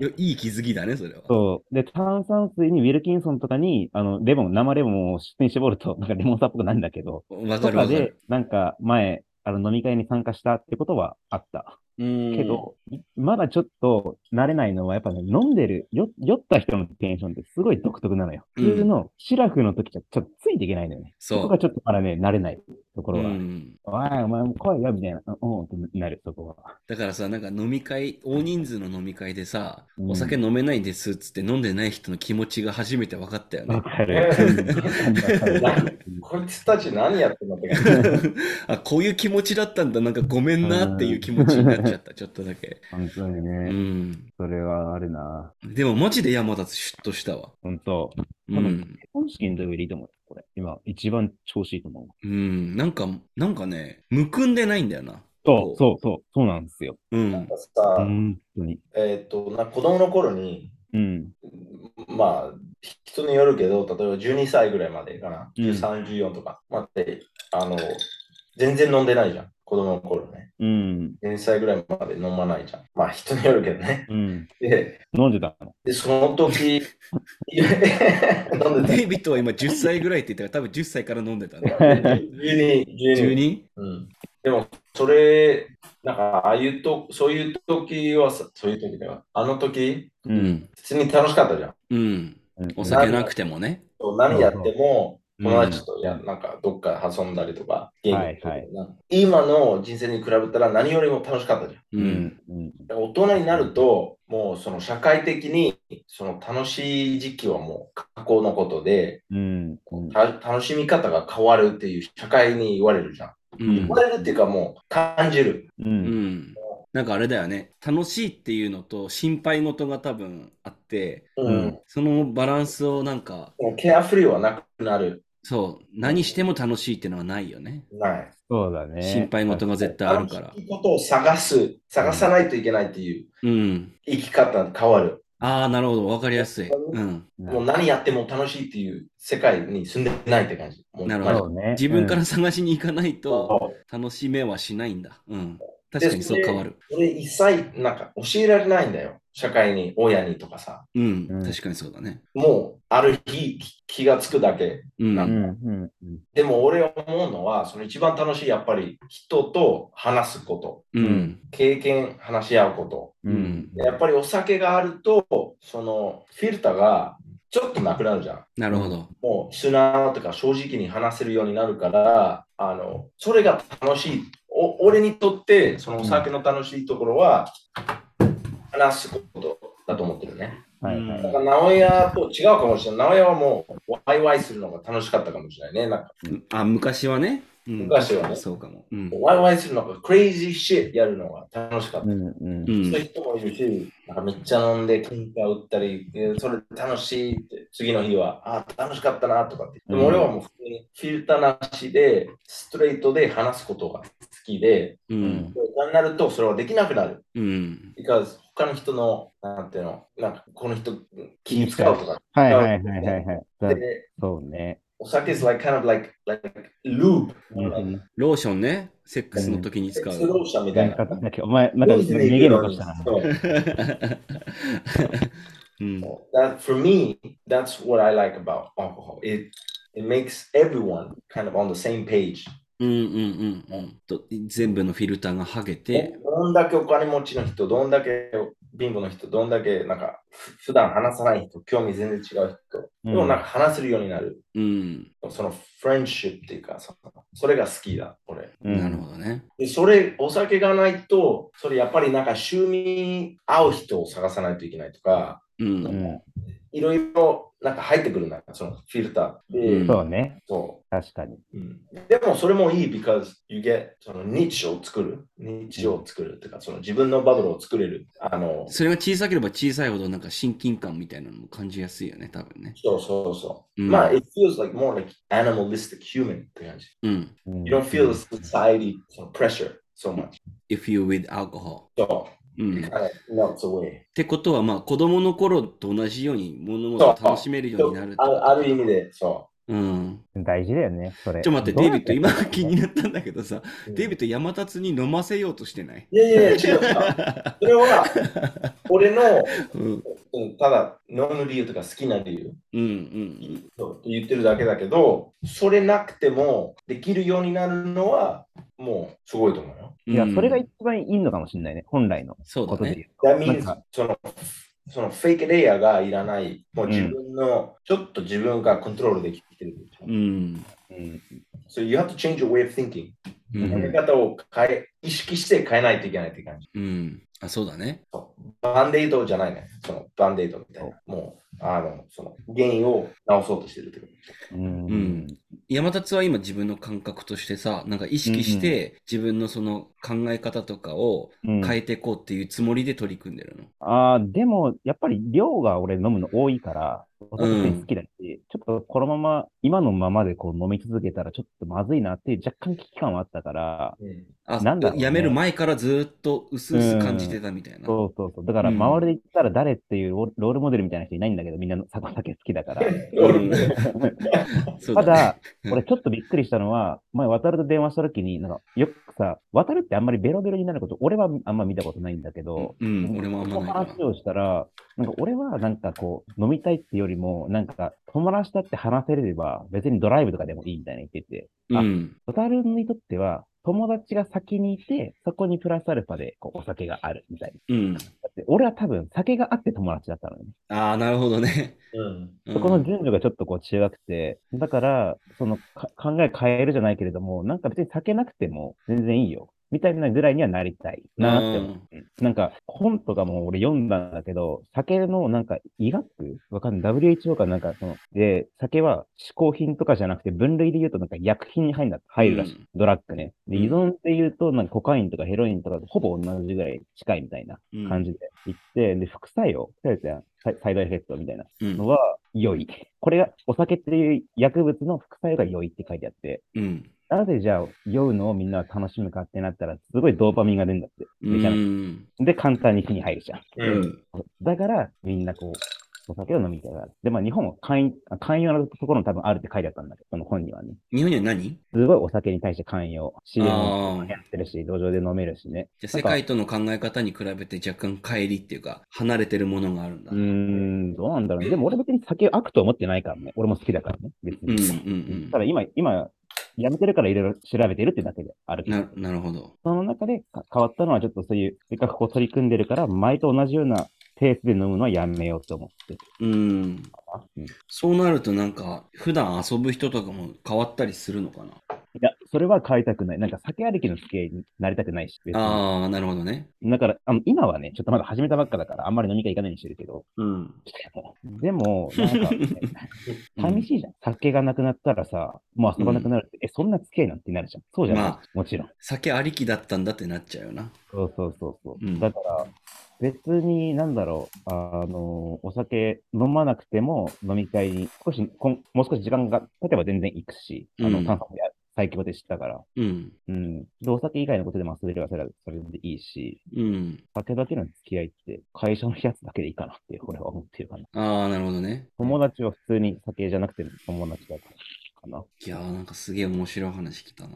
Speaker 1: いやいい気づきだね、それは。
Speaker 2: そう。で、炭酸水にウィルキンソンとかに、あの、レモン、生レモンを一緒に絞ると、なんかレモンサワーっぽくなるんだけど、
Speaker 1: わ
Speaker 2: と
Speaker 1: かるわ
Speaker 2: か
Speaker 1: か
Speaker 2: で
Speaker 1: る。、
Speaker 2: なんか前、あの飲み会に参加したってことはあった。
Speaker 1: うん
Speaker 2: けど、まだちょっと慣れないのは、やっぱね、飲んでるよ、酔った人のテンションってすごい独特なのよ。
Speaker 1: う
Speaker 2: 普
Speaker 1: ん
Speaker 2: 通のシラフの時じゃちょっとついていけないのよね。
Speaker 1: そう
Speaker 2: こがちょっとまだね、慣れないとこ
Speaker 1: う
Speaker 2: ろは。
Speaker 1: ん、
Speaker 2: おい、お前も来いよ、みたいな。うん、ってなる、そこは。
Speaker 1: だからさ、なんか飲み会、大人数の飲み会でさ、
Speaker 2: うん
Speaker 1: お酒飲めないんですっつって飲んでない人の気持ちが初めて分かったよね
Speaker 2: わ。かる。わかる
Speaker 3: こいつたち何やってんのって感じ。
Speaker 1: [LAUGHS] あこういう気持ちだったんだ、なんかごめんなっていう気持ちになっちゃった、ちょっとだけ。
Speaker 2: 本当に
Speaker 1: [LAUGHS] う
Speaker 2: ね、
Speaker 1: ん、
Speaker 2: それはあるな。
Speaker 1: でもマジで山立つシュッとしたわ。
Speaker 2: 本当。
Speaker 1: う、
Speaker 2: うん結婚式の時よりいいと思う。これ。今、一番調子いいと思う。
Speaker 1: うん、なんか、なんかね、むくんでないんだよな。
Speaker 2: そ
Speaker 1: こ
Speaker 2: う、そう、そう、そうなんですよ。
Speaker 1: う。う
Speaker 3: なん
Speaker 1: ん、
Speaker 3: かさ、
Speaker 2: 本当に。
Speaker 3: えーっと、な子供の頃に、
Speaker 2: うん。
Speaker 3: まあ、人によるけど、例えば12歳ぐらいまでかな、
Speaker 2: うん
Speaker 3: 13、14とか、まあ、であの、全然飲んでないじゃん、子供の頃ね。
Speaker 2: うん。
Speaker 3: 12歳ぐらいまで飲まないじゃん。まあ、人によるけどね。 [LAUGHS]
Speaker 2: うん。
Speaker 3: で、
Speaker 2: 飲んでたの。
Speaker 3: でその時、 [LAUGHS] 飲んで
Speaker 1: デイビッドは今10歳ぐらいって言ったから、多分10歳から飲んでたね。
Speaker 3: た。12、12。
Speaker 1: 12?
Speaker 3: うん、でも、それ、なんか、ああいうと、そういう時はさ、そういう時だよ。あの時、
Speaker 2: う
Speaker 1: う。ん。
Speaker 3: 普通に楽しかったじゃん。
Speaker 1: うん。お
Speaker 3: 酒
Speaker 1: 酒なくてもね。
Speaker 3: 何やっても、
Speaker 1: うん
Speaker 3: 友達とや、なんかどっか遊んだりとか、ゲームとか、
Speaker 2: はいはい
Speaker 3: 今の人生に比べたら何よりも楽しかったじゃ
Speaker 1: う。
Speaker 2: う
Speaker 3: ん。
Speaker 2: んん。うん。
Speaker 3: 大人になると、もうその社会的にその楽しい時期はもう過去のことで、
Speaker 2: うん。
Speaker 3: た楽しみ方が変わるっていう社会に言われるじゃん。
Speaker 1: うん
Speaker 3: 言。われるっていうかもう感じる。
Speaker 2: う。
Speaker 1: うんん。なんかあれだよね。楽しいっていうのと心配事が多分あって、
Speaker 3: うん。
Speaker 1: そのバランスをなんか、
Speaker 3: もうケアフリーはなくなる。
Speaker 1: そう、何しても楽しいっていうのはないよね。
Speaker 3: ない。
Speaker 2: そうだね。
Speaker 1: 心配事が絶対あるから
Speaker 3: 楽。しいことを探す、探さないといけないっていう
Speaker 1: うん。
Speaker 3: 生き方が変わる。
Speaker 1: ああ、なるほど。わかりやすい。うん。
Speaker 2: な
Speaker 3: もう何やっても楽しいっていう世界に住んでないって感じ。もう
Speaker 1: なるほ
Speaker 2: る
Speaker 1: ど
Speaker 2: ほどね。
Speaker 1: 自分から探しに行かないと
Speaker 3: そう
Speaker 1: 楽しめはしないんだ。うん。確かにそう変わる。
Speaker 3: それ一切なんか教えられないんだよ。社会に、親にとかさ。
Speaker 1: うん
Speaker 2: う。ん
Speaker 1: 確かにそうだね。
Speaker 3: もうある日気がつくだけ。
Speaker 1: うん。
Speaker 2: う。
Speaker 1: うんん。
Speaker 2: うん。うん。
Speaker 3: でも俺思うのは、その一番楽しいやっぱり人と話すこと、
Speaker 1: うん。
Speaker 3: 経験話し合うこと。
Speaker 2: うん。
Speaker 3: やっぱりお酒があると、そのフィルターがちょっとなくなるじゃん。
Speaker 1: なるほど。
Speaker 3: もう素直とか正直に話せるようになるから、あのそれが楽しい。お俺にとって、そのお酒の楽しいところは、話すことだと思ってるね。
Speaker 2: はいは
Speaker 3: だ
Speaker 2: い。
Speaker 3: から、直屋と違うかもしれない。直屋はもう、ワイワイするのが楽しかったかもしれないね。なんか、
Speaker 1: あ、昔はね。うん
Speaker 3: 昔はね
Speaker 1: そうかも。うん。
Speaker 3: ワイワイするのが、クレイジーシェやるのが楽しかった。
Speaker 2: うん。うん
Speaker 1: う。ん
Speaker 3: そういう人もいるし、なんかめっちゃ飲んで喧嘩打ったり、えーそれ楽しいって、次の日は、あー楽しかったなとかって。でも俺はもう普通にフィルターなしで、ストレートで話すことが好きで、
Speaker 1: うん。
Speaker 3: そうなるとそれはできなくなる。
Speaker 1: うん。
Speaker 3: because 他の人の、なんていうの、なんかこの人気に使うとか。
Speaker 2: はいはいはいはいはい。だ
Speaker 3: で
Speaker 2: そうね。
Speaker 3: お酒 is like kind of like, like loop,
Speaker 2: うん。
Speaker 3: like
Speaker 1: ローションね。セックスの時に使う。
Speaker 3: ローションみたい
Speaker 2: なん
Speaker 3: な。
Speaker 2: かだけお前、なんか、逃げろとしたな。
Speaker 3: そう
Speaker 1: [LAUGHS] うん。
Speaker 3: that for me that's what i like about alcohol it it makes everyone kind of on the same page
Speaker 1: うんうんうんうん。と全部のフィルターが剥げて。
Speaker 3: どんだけお金持ちの人どんだけ貧乏の人どんだけなんかふ普段話さない人興味全然違う人
Speaker 2: う
Speaker 3: で
Speaker 2: ん
Speaker 3: もなんか話せるようになる、
Speaker 1: うん。
Speaker 3: そのフレンシップっていうかそのそれが好きだ俺
Speaker 2: うん
Speaker 1: なるほどね。
Speaker 3: でそれお酒がないとそれやっぱりなんか趣味合う人を探さないといけないとか
Speaker 1: うん。うん
Speaker 2: う
Speaker 3: いろいろなんか入ってくるな、そのフィルターで。
Speaker 1: うん
Speaker 2: ん。そうね。
Speaker 3: そう
Speaker 2: 確かに。
Speaker 3: うんでもそれもいい、because you get そのニッチを作る。ニッチを作るっていうか、その自分のバブルを作れる。あの、
Speaker 1: それが小さければ小さいほどなんか親近感みたいなのも感じやすいよね、多分ね。
Speaker 3: そうそうそう。
Speaker 1: うん
Speaker 3: まあ、it feels like more like animalistic human って感じ。
Speaker 1: うん。
Speaker 2: うん、
Speaker 3: You don't feel the society その pressure so much.
Speaker 1: If you with alcohol。
Speaker 3: So,
Speaker 1: うん
Speaker 3: it。kind of melts away.
Speaker 1: ってことは、まあ、子供の頃と同じように物事を楽しめるようになるってこ
Speaker 3: あ
Speaker 1: と
Speaker 3: るある意味で、そ
Speaker 1: うん。
Speaker 2: 大事だよね、それ。
Speaker 1: ちょっと待って、デイビッド、今気に
Speaker 2: る。
Speaker 1: なったんだけどさ、
Speaker 3: う。
Speaker 1: デイビッド、山立に飲ませようとしてない。
Speaker 3: いやいや
Speaker 1: [LAUGHS]
Speaker 3: いや、違う。それは、俺の、
Speaker 1: うん。
Speaker 3: うんただ、飲む理由とか好きな理由。
Speaker 1: うんうん。
Speaker 3: そう言ってるだけだけど、それなくてもできるようになるのは、もうすごいと思うよ。
Speaker 2: いや、それが
Speaker 1: い
Speaker 2: 一番いいのかもしれないね、本来の
Speaker 1: そう
Speaker 2: こ
Speaker 1: だ
Speaker 2: とで
Speaker 1: ね。
Speaker 2: 言うと。
Speaker 3: That means
Speaker 2: なんか
Speaker 3: その、そのフェイクレイヤーがいらない、もう自分の、ちょっと自分がコントロールできてる。
Speaker 1: うん。
Speaker 2: うん、
Speaker 3: So you have to change your way of thinking.
Speaker 1: う
Speaker 3: 考
Speaker 1: ん
Speaker 3: え方を変え、意識して変えないといけないって感じ。
Speaker 1: うん。あ、そうだね。
Speaker 3: バンデイドじゃないね。そのバンデイドみたいな。もう、あの、その原因を直そうとしてるってこと。
Speaker 2: うん
Speaker 1: うん山立は今自分の感覚としてさ、なんか意識して自分のその考え方とかを
Speaker 2: うん
Speaker 1: 変えていこうっていうつもりで取り組んでるの。
Speaker 2: あーでも、やっぱり量が俺飲むの多いから、お酒好きだし、ちょっとこのまま、今のままでこう飲み続けたらちょっとまずいなっていう若干危機感はあったから、
Speaker 1: あ、
Speaker 2: なんだろうね
Speaker 1: やめる前からずーっと薄々感じてたみたいな。
Speaker 2: そうそうそう。だから
Speaker 1: うん
Speaker 2: 周りで言ったら誰っていうロロールモデルみたいな人いないんだけど、みんなお酒好きだ [LAUGHS] から。
Speaker 1: うんそう
Speaker 2: た
Speaker 1: だね
Speaker 2: だ、俺ちょっとびっくりしたのは、前渡ると電話した時に、なんかよくさ、渡るってあんまりベロベロになること、俺はあんま見たことないんだけど、
Speaker 1: うん、俺もあんまない
Speaker 2: この話をしたら、なんか俺はなんかこう、飲みたいってよりも、なんか友達だって話せれれば、別にドライブとかでもいいみたいに言ってて、
Speaker 1: な。うん。
Speaker 2: 小樽にとっては、友達が先にいて、そこにプラスアルファでこうお酒があるみたいな。
Speaker 1: うん。
Speaker 2: だって俺は多分酒があって友達だったのね。
Speaker 1: ああ、なるほどね。
Speaker 3: うん。
Speaker 1: うん
Speaker 2: そこの順序がちょっとこう違くて、だから、そのか考え変えるじゃないけれども、なんか別に酒なくても全然いいよ。みたいなぐらいにはなりたいなって思う。なんか本とかも俺読んだんだけど、酒のなんか医学わかんない。WHO かなんかその、で、酒は嗜好品とかじゃなくて分類で言うとなんか薬品に入るんだ入るらしい。
Speaker 1: うん
Speaker 2: ドラッグね。で、
Speaker 1: うん
Speaker 2: 依存って言うとなんかコカインとかヘロインとかとほぼ同じぐらい近いみたいな
Speaker 1: うん
Speaker 2: 感じで言って、で、副作用、副作用って最最大エフェクトみたいな
Speaker 1: うん
Speaker 2: のは良い。これが、お酒っていう薬物の副作用が良いって書いてあって、
Speaker 1: うん。
Speaker 2: なぜじゃあ酔うのをみんなは楽しむかってなったら、すごいドーパミンが出るんだって。めちゃめちゃ
Speaker 1: うん
Speaker 2: で、簡単に火に入るじゃん。
Speaker 1: うん。
Speaker 2: だから、みんなこう、お酒を飲みたがる。で、まあ、日本は寛容あ寛容なところも多分あるって書いてあったんだけど、その本にはね。
Speaker 1: 日本には何
Speaker 2: すごいお酒に対して寛容。CM も
Speaker 1: ああ。
Speaker 2: やってるし、路上で飲めるしね。
Speaker 1: じゃあ世界との考え方に比べて若干乖離っていうか、離れてるものがあるんだ。
Speaker 2: うーん、どうなんだろうね。でも俺別に酒悪とは思ってないからね。俺も好きだからね。別
Speaker 1: うんう
Speaker 2: に。
Speaker 1: ん
Speaker 2: ただ今、今、やめてるからいろいろ調べてるってだけである
Speaker 1: うん。
Speaker 2: けど
Speaker 1: ななるほど。
Speaker 2: その中でか変わったのはちょっとそういう、せっかくこう取り組んでるから、前と同じようなペースで飲むのはやめようと思って。
Speaker 1: うん。
Speaker 2: うん
Speaker 1: そうなるとなんか、普段遊ぶ人とかも変わったりするのかない
Speaker 2: や、それは変えたくない。なんか酒歩きの付き合いになりたくないし。別に
Speaker 1: ああ、なるほどね。
Speaker 2: だから、あの今はね、ちょっとまだ始めたばっかだから、あんまり飲み会行かないようにしてるけど、
Speaker 1: うん。
Speaker 2: でも、なんか、
Speaker 1: [LAUGHS]
Speaker 2: ね、寂しいじゃん。酒がなくなったらさ、もう遊ばなくなるって、え、そんな付き合いなんてなるじゃん。そうじゃない、
Speaker 1: まあ
Speaker 2: もちろん。
Speaker 1: 酒ありきだったんだってなっちゃうよな。
Speaker 2: そうそうそうそう、
Speaker 1: うん
Speaker 2: だから、別に、なんだろう、あの、お酒飲まなくても飲み会に、少し、こんもう少し時間が経てば全然行くし、あ
Speaker 1: う
Speaker 2: の、
Speaker 1: ん
Speaker 2: 炭酸もや最強でしたから、
Speaker 1: うん。
Speaker 2: うん。で、お酒以外のことでも遊べればそれはそれでいいし、
Speaker 1: うん。
Speaker 2: 酒だけの付き合いって、会社のやつだけでいいかなって、俺は思ってるかな。
Speaker 1: ああ、なるほどね。
Speaker 2: 友達は普通に酒じゃなくて友達だったかな。
Speaker 1: いやー、なんかすげえ面白い話来たな。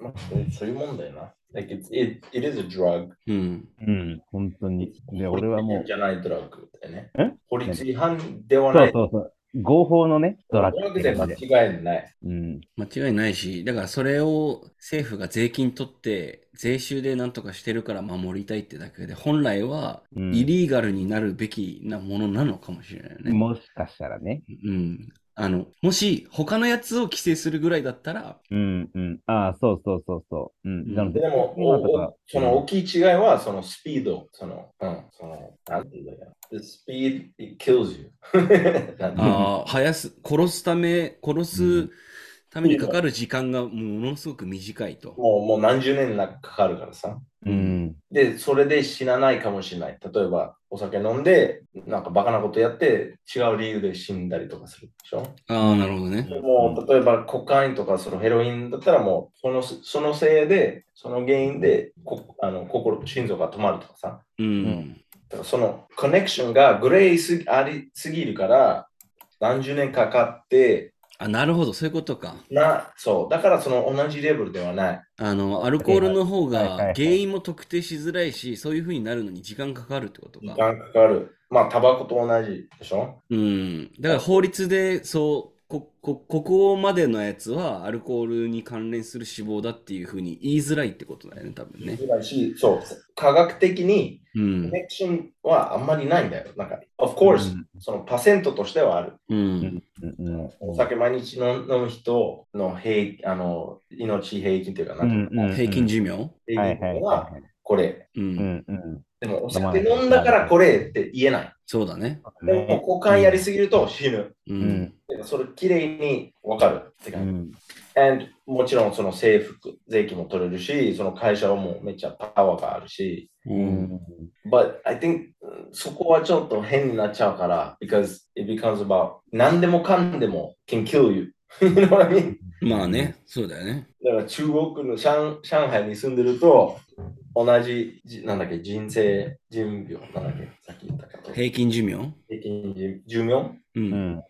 Speaker 3: まあそうそういうもんだよな。Like it's, it, it is a drug.
Speaker 1: うん。
Speaker 2: うん、本当に。で、俺はもう、
Speaker 3: じゃないドラッグだよね
Speaker 2: え。
Speaker 3: 法律違反では
Speaker 2: そ
Speaker 3: な
Speaker 2: う
Speaker 3: い。
Speaker 2: そうそう。合法のね、ド
Speaker 3: ド
Speaker 2: ラ
Speaker 3: ラ
Speaker 2: ッグ
Speaker 3: ッ
Speaker 2: っ
Speaker 3: グ
Speaker 2: て
Speaker 3: で
Speaker 2: 感じで。
Speaker 3: 間違いない。
Speaker 2: うん。
Speaker 1: 間違いないし、だからそれを政府が税金取って、税収でなんとかしてるから守りたいってだけで、本来は
Speaker 2: うん
Speaker 1: イリーガルになるべきなものなのかもしれないよね。
Speaker 2: もしかしたらね。
Speaker 1: うん。あの、もし他のやつを規制するぐらいだったら、
Speaker 2: うんうん。ああ、そうそうそうそう。うん。なので、
Speaker 3: でも、
Speaker 2: 今と
Speaker 3: お
Speaker 2: か
Speaker 3: おその大きい違いは、そのスピード、その、うん、その、なんていうんだよ。The speed, it kills you. [LAUGHS] なんていうの
Speaker 1: ああ、生やす、殺すため、殺すためにかかる時間がものすごく短いと。
Speaker 3: もうもう何十年なかかるからさ。
Speaker 2: うん。
Speaker 3: で、それで死なないかもしれない。例えば、お酒飲んで、なんかバカなことやって、違う理由で死んだりとかするでしょ。
Speaker 1: ああ、なるほどね。
Speaker 3: もう、例えば、コカインとかそのヘロインだったら、もうその、そのせいで、その原因で、こあの心、心臓が止まるとかさ。
Speaker 1: うん。
Speaker 3: だからそのコネクションがグレーすぎありすぎるから、何十年かかって、
Speaker 1: あ、なるほど、そういうことか。
Speaker 3: な、そう、だからその同じレベルではない。
Speaker 1: あの、アルコールの方
Speaker 2: はいはいはいは
Speaker 1: が
Speaker 2: い
Speaker 1: 原因も特定しづらいし、そういうふうになるのに時間かかるってこと
Speaker 3: 時
Speaker 1: か。
Speaker 3: 間かかる。まあ、タバコと同じでしょ
Speaker 1: うん。だから法律で、そう、こ、こ、ここまでのやつはアルコールに関連する死亡だっていうふうに言いづらいってことだよね、多分ね。
Speaker 3: ぐらいし、そう、科学的に
Speaker 1: うん
Speaker 3: コ。ネクションはあんまりないんだよ。なんか、of course、そのパセントとしてはある。
Speaker 1: うん。
Speaker 2: うんうん。
Speaker 3: お酒毎日飲む人の平あの命平均というか、なんていうの
Speaker 2: うん
Speaker 1: 平均寿命
Speaker 3: 平
Speaker 2: はい
Speaker 3: 均
Speaker 2: は
Speaker 3: っていう
Speaker 2: い
Speaker 3: の
Speaker 2: は
Speaker 3: はい
Speaker 2: はい。
Speaker 3: これ。
Speaker 1: う。
Speaker 2: うんんうん。
Speaker 3: でも、お酒飲んだからこれって言えない。
Speaker 1: そうだね。
Speaker 3: でも、交換やりすぎると死ぬ。
Speaker 1: う
Speaker 2: うんん。
Speaker 3: でもそれきれいに分かるって
Speaker 2: う
Speaker 3: 感じ。
Speaker 2: ん。
Speaker 3: And もちろんその制服、税金も取れるし、その会社はもうめっちゃパワーがあるし。
Speaker 1: う。
Speaker 2: うんん。
Speaker 3: But I think うんそこはちょっと変になっちゃうから、because it becomes about 何でもかんでも can kill [LAUGHS] you. You know what I mean?
Speaker 1: まあね、そうだよね。
Speaker 3: だから中国の上上海に住んでると、同じじ、なんだっけ、人生、人病、なんだっけ、さっき言ったかと。
Speaker 1: 平均寿命
Speaker 3: 平均寿寿命
Speaker 1: う。
Speaker 2: うんん。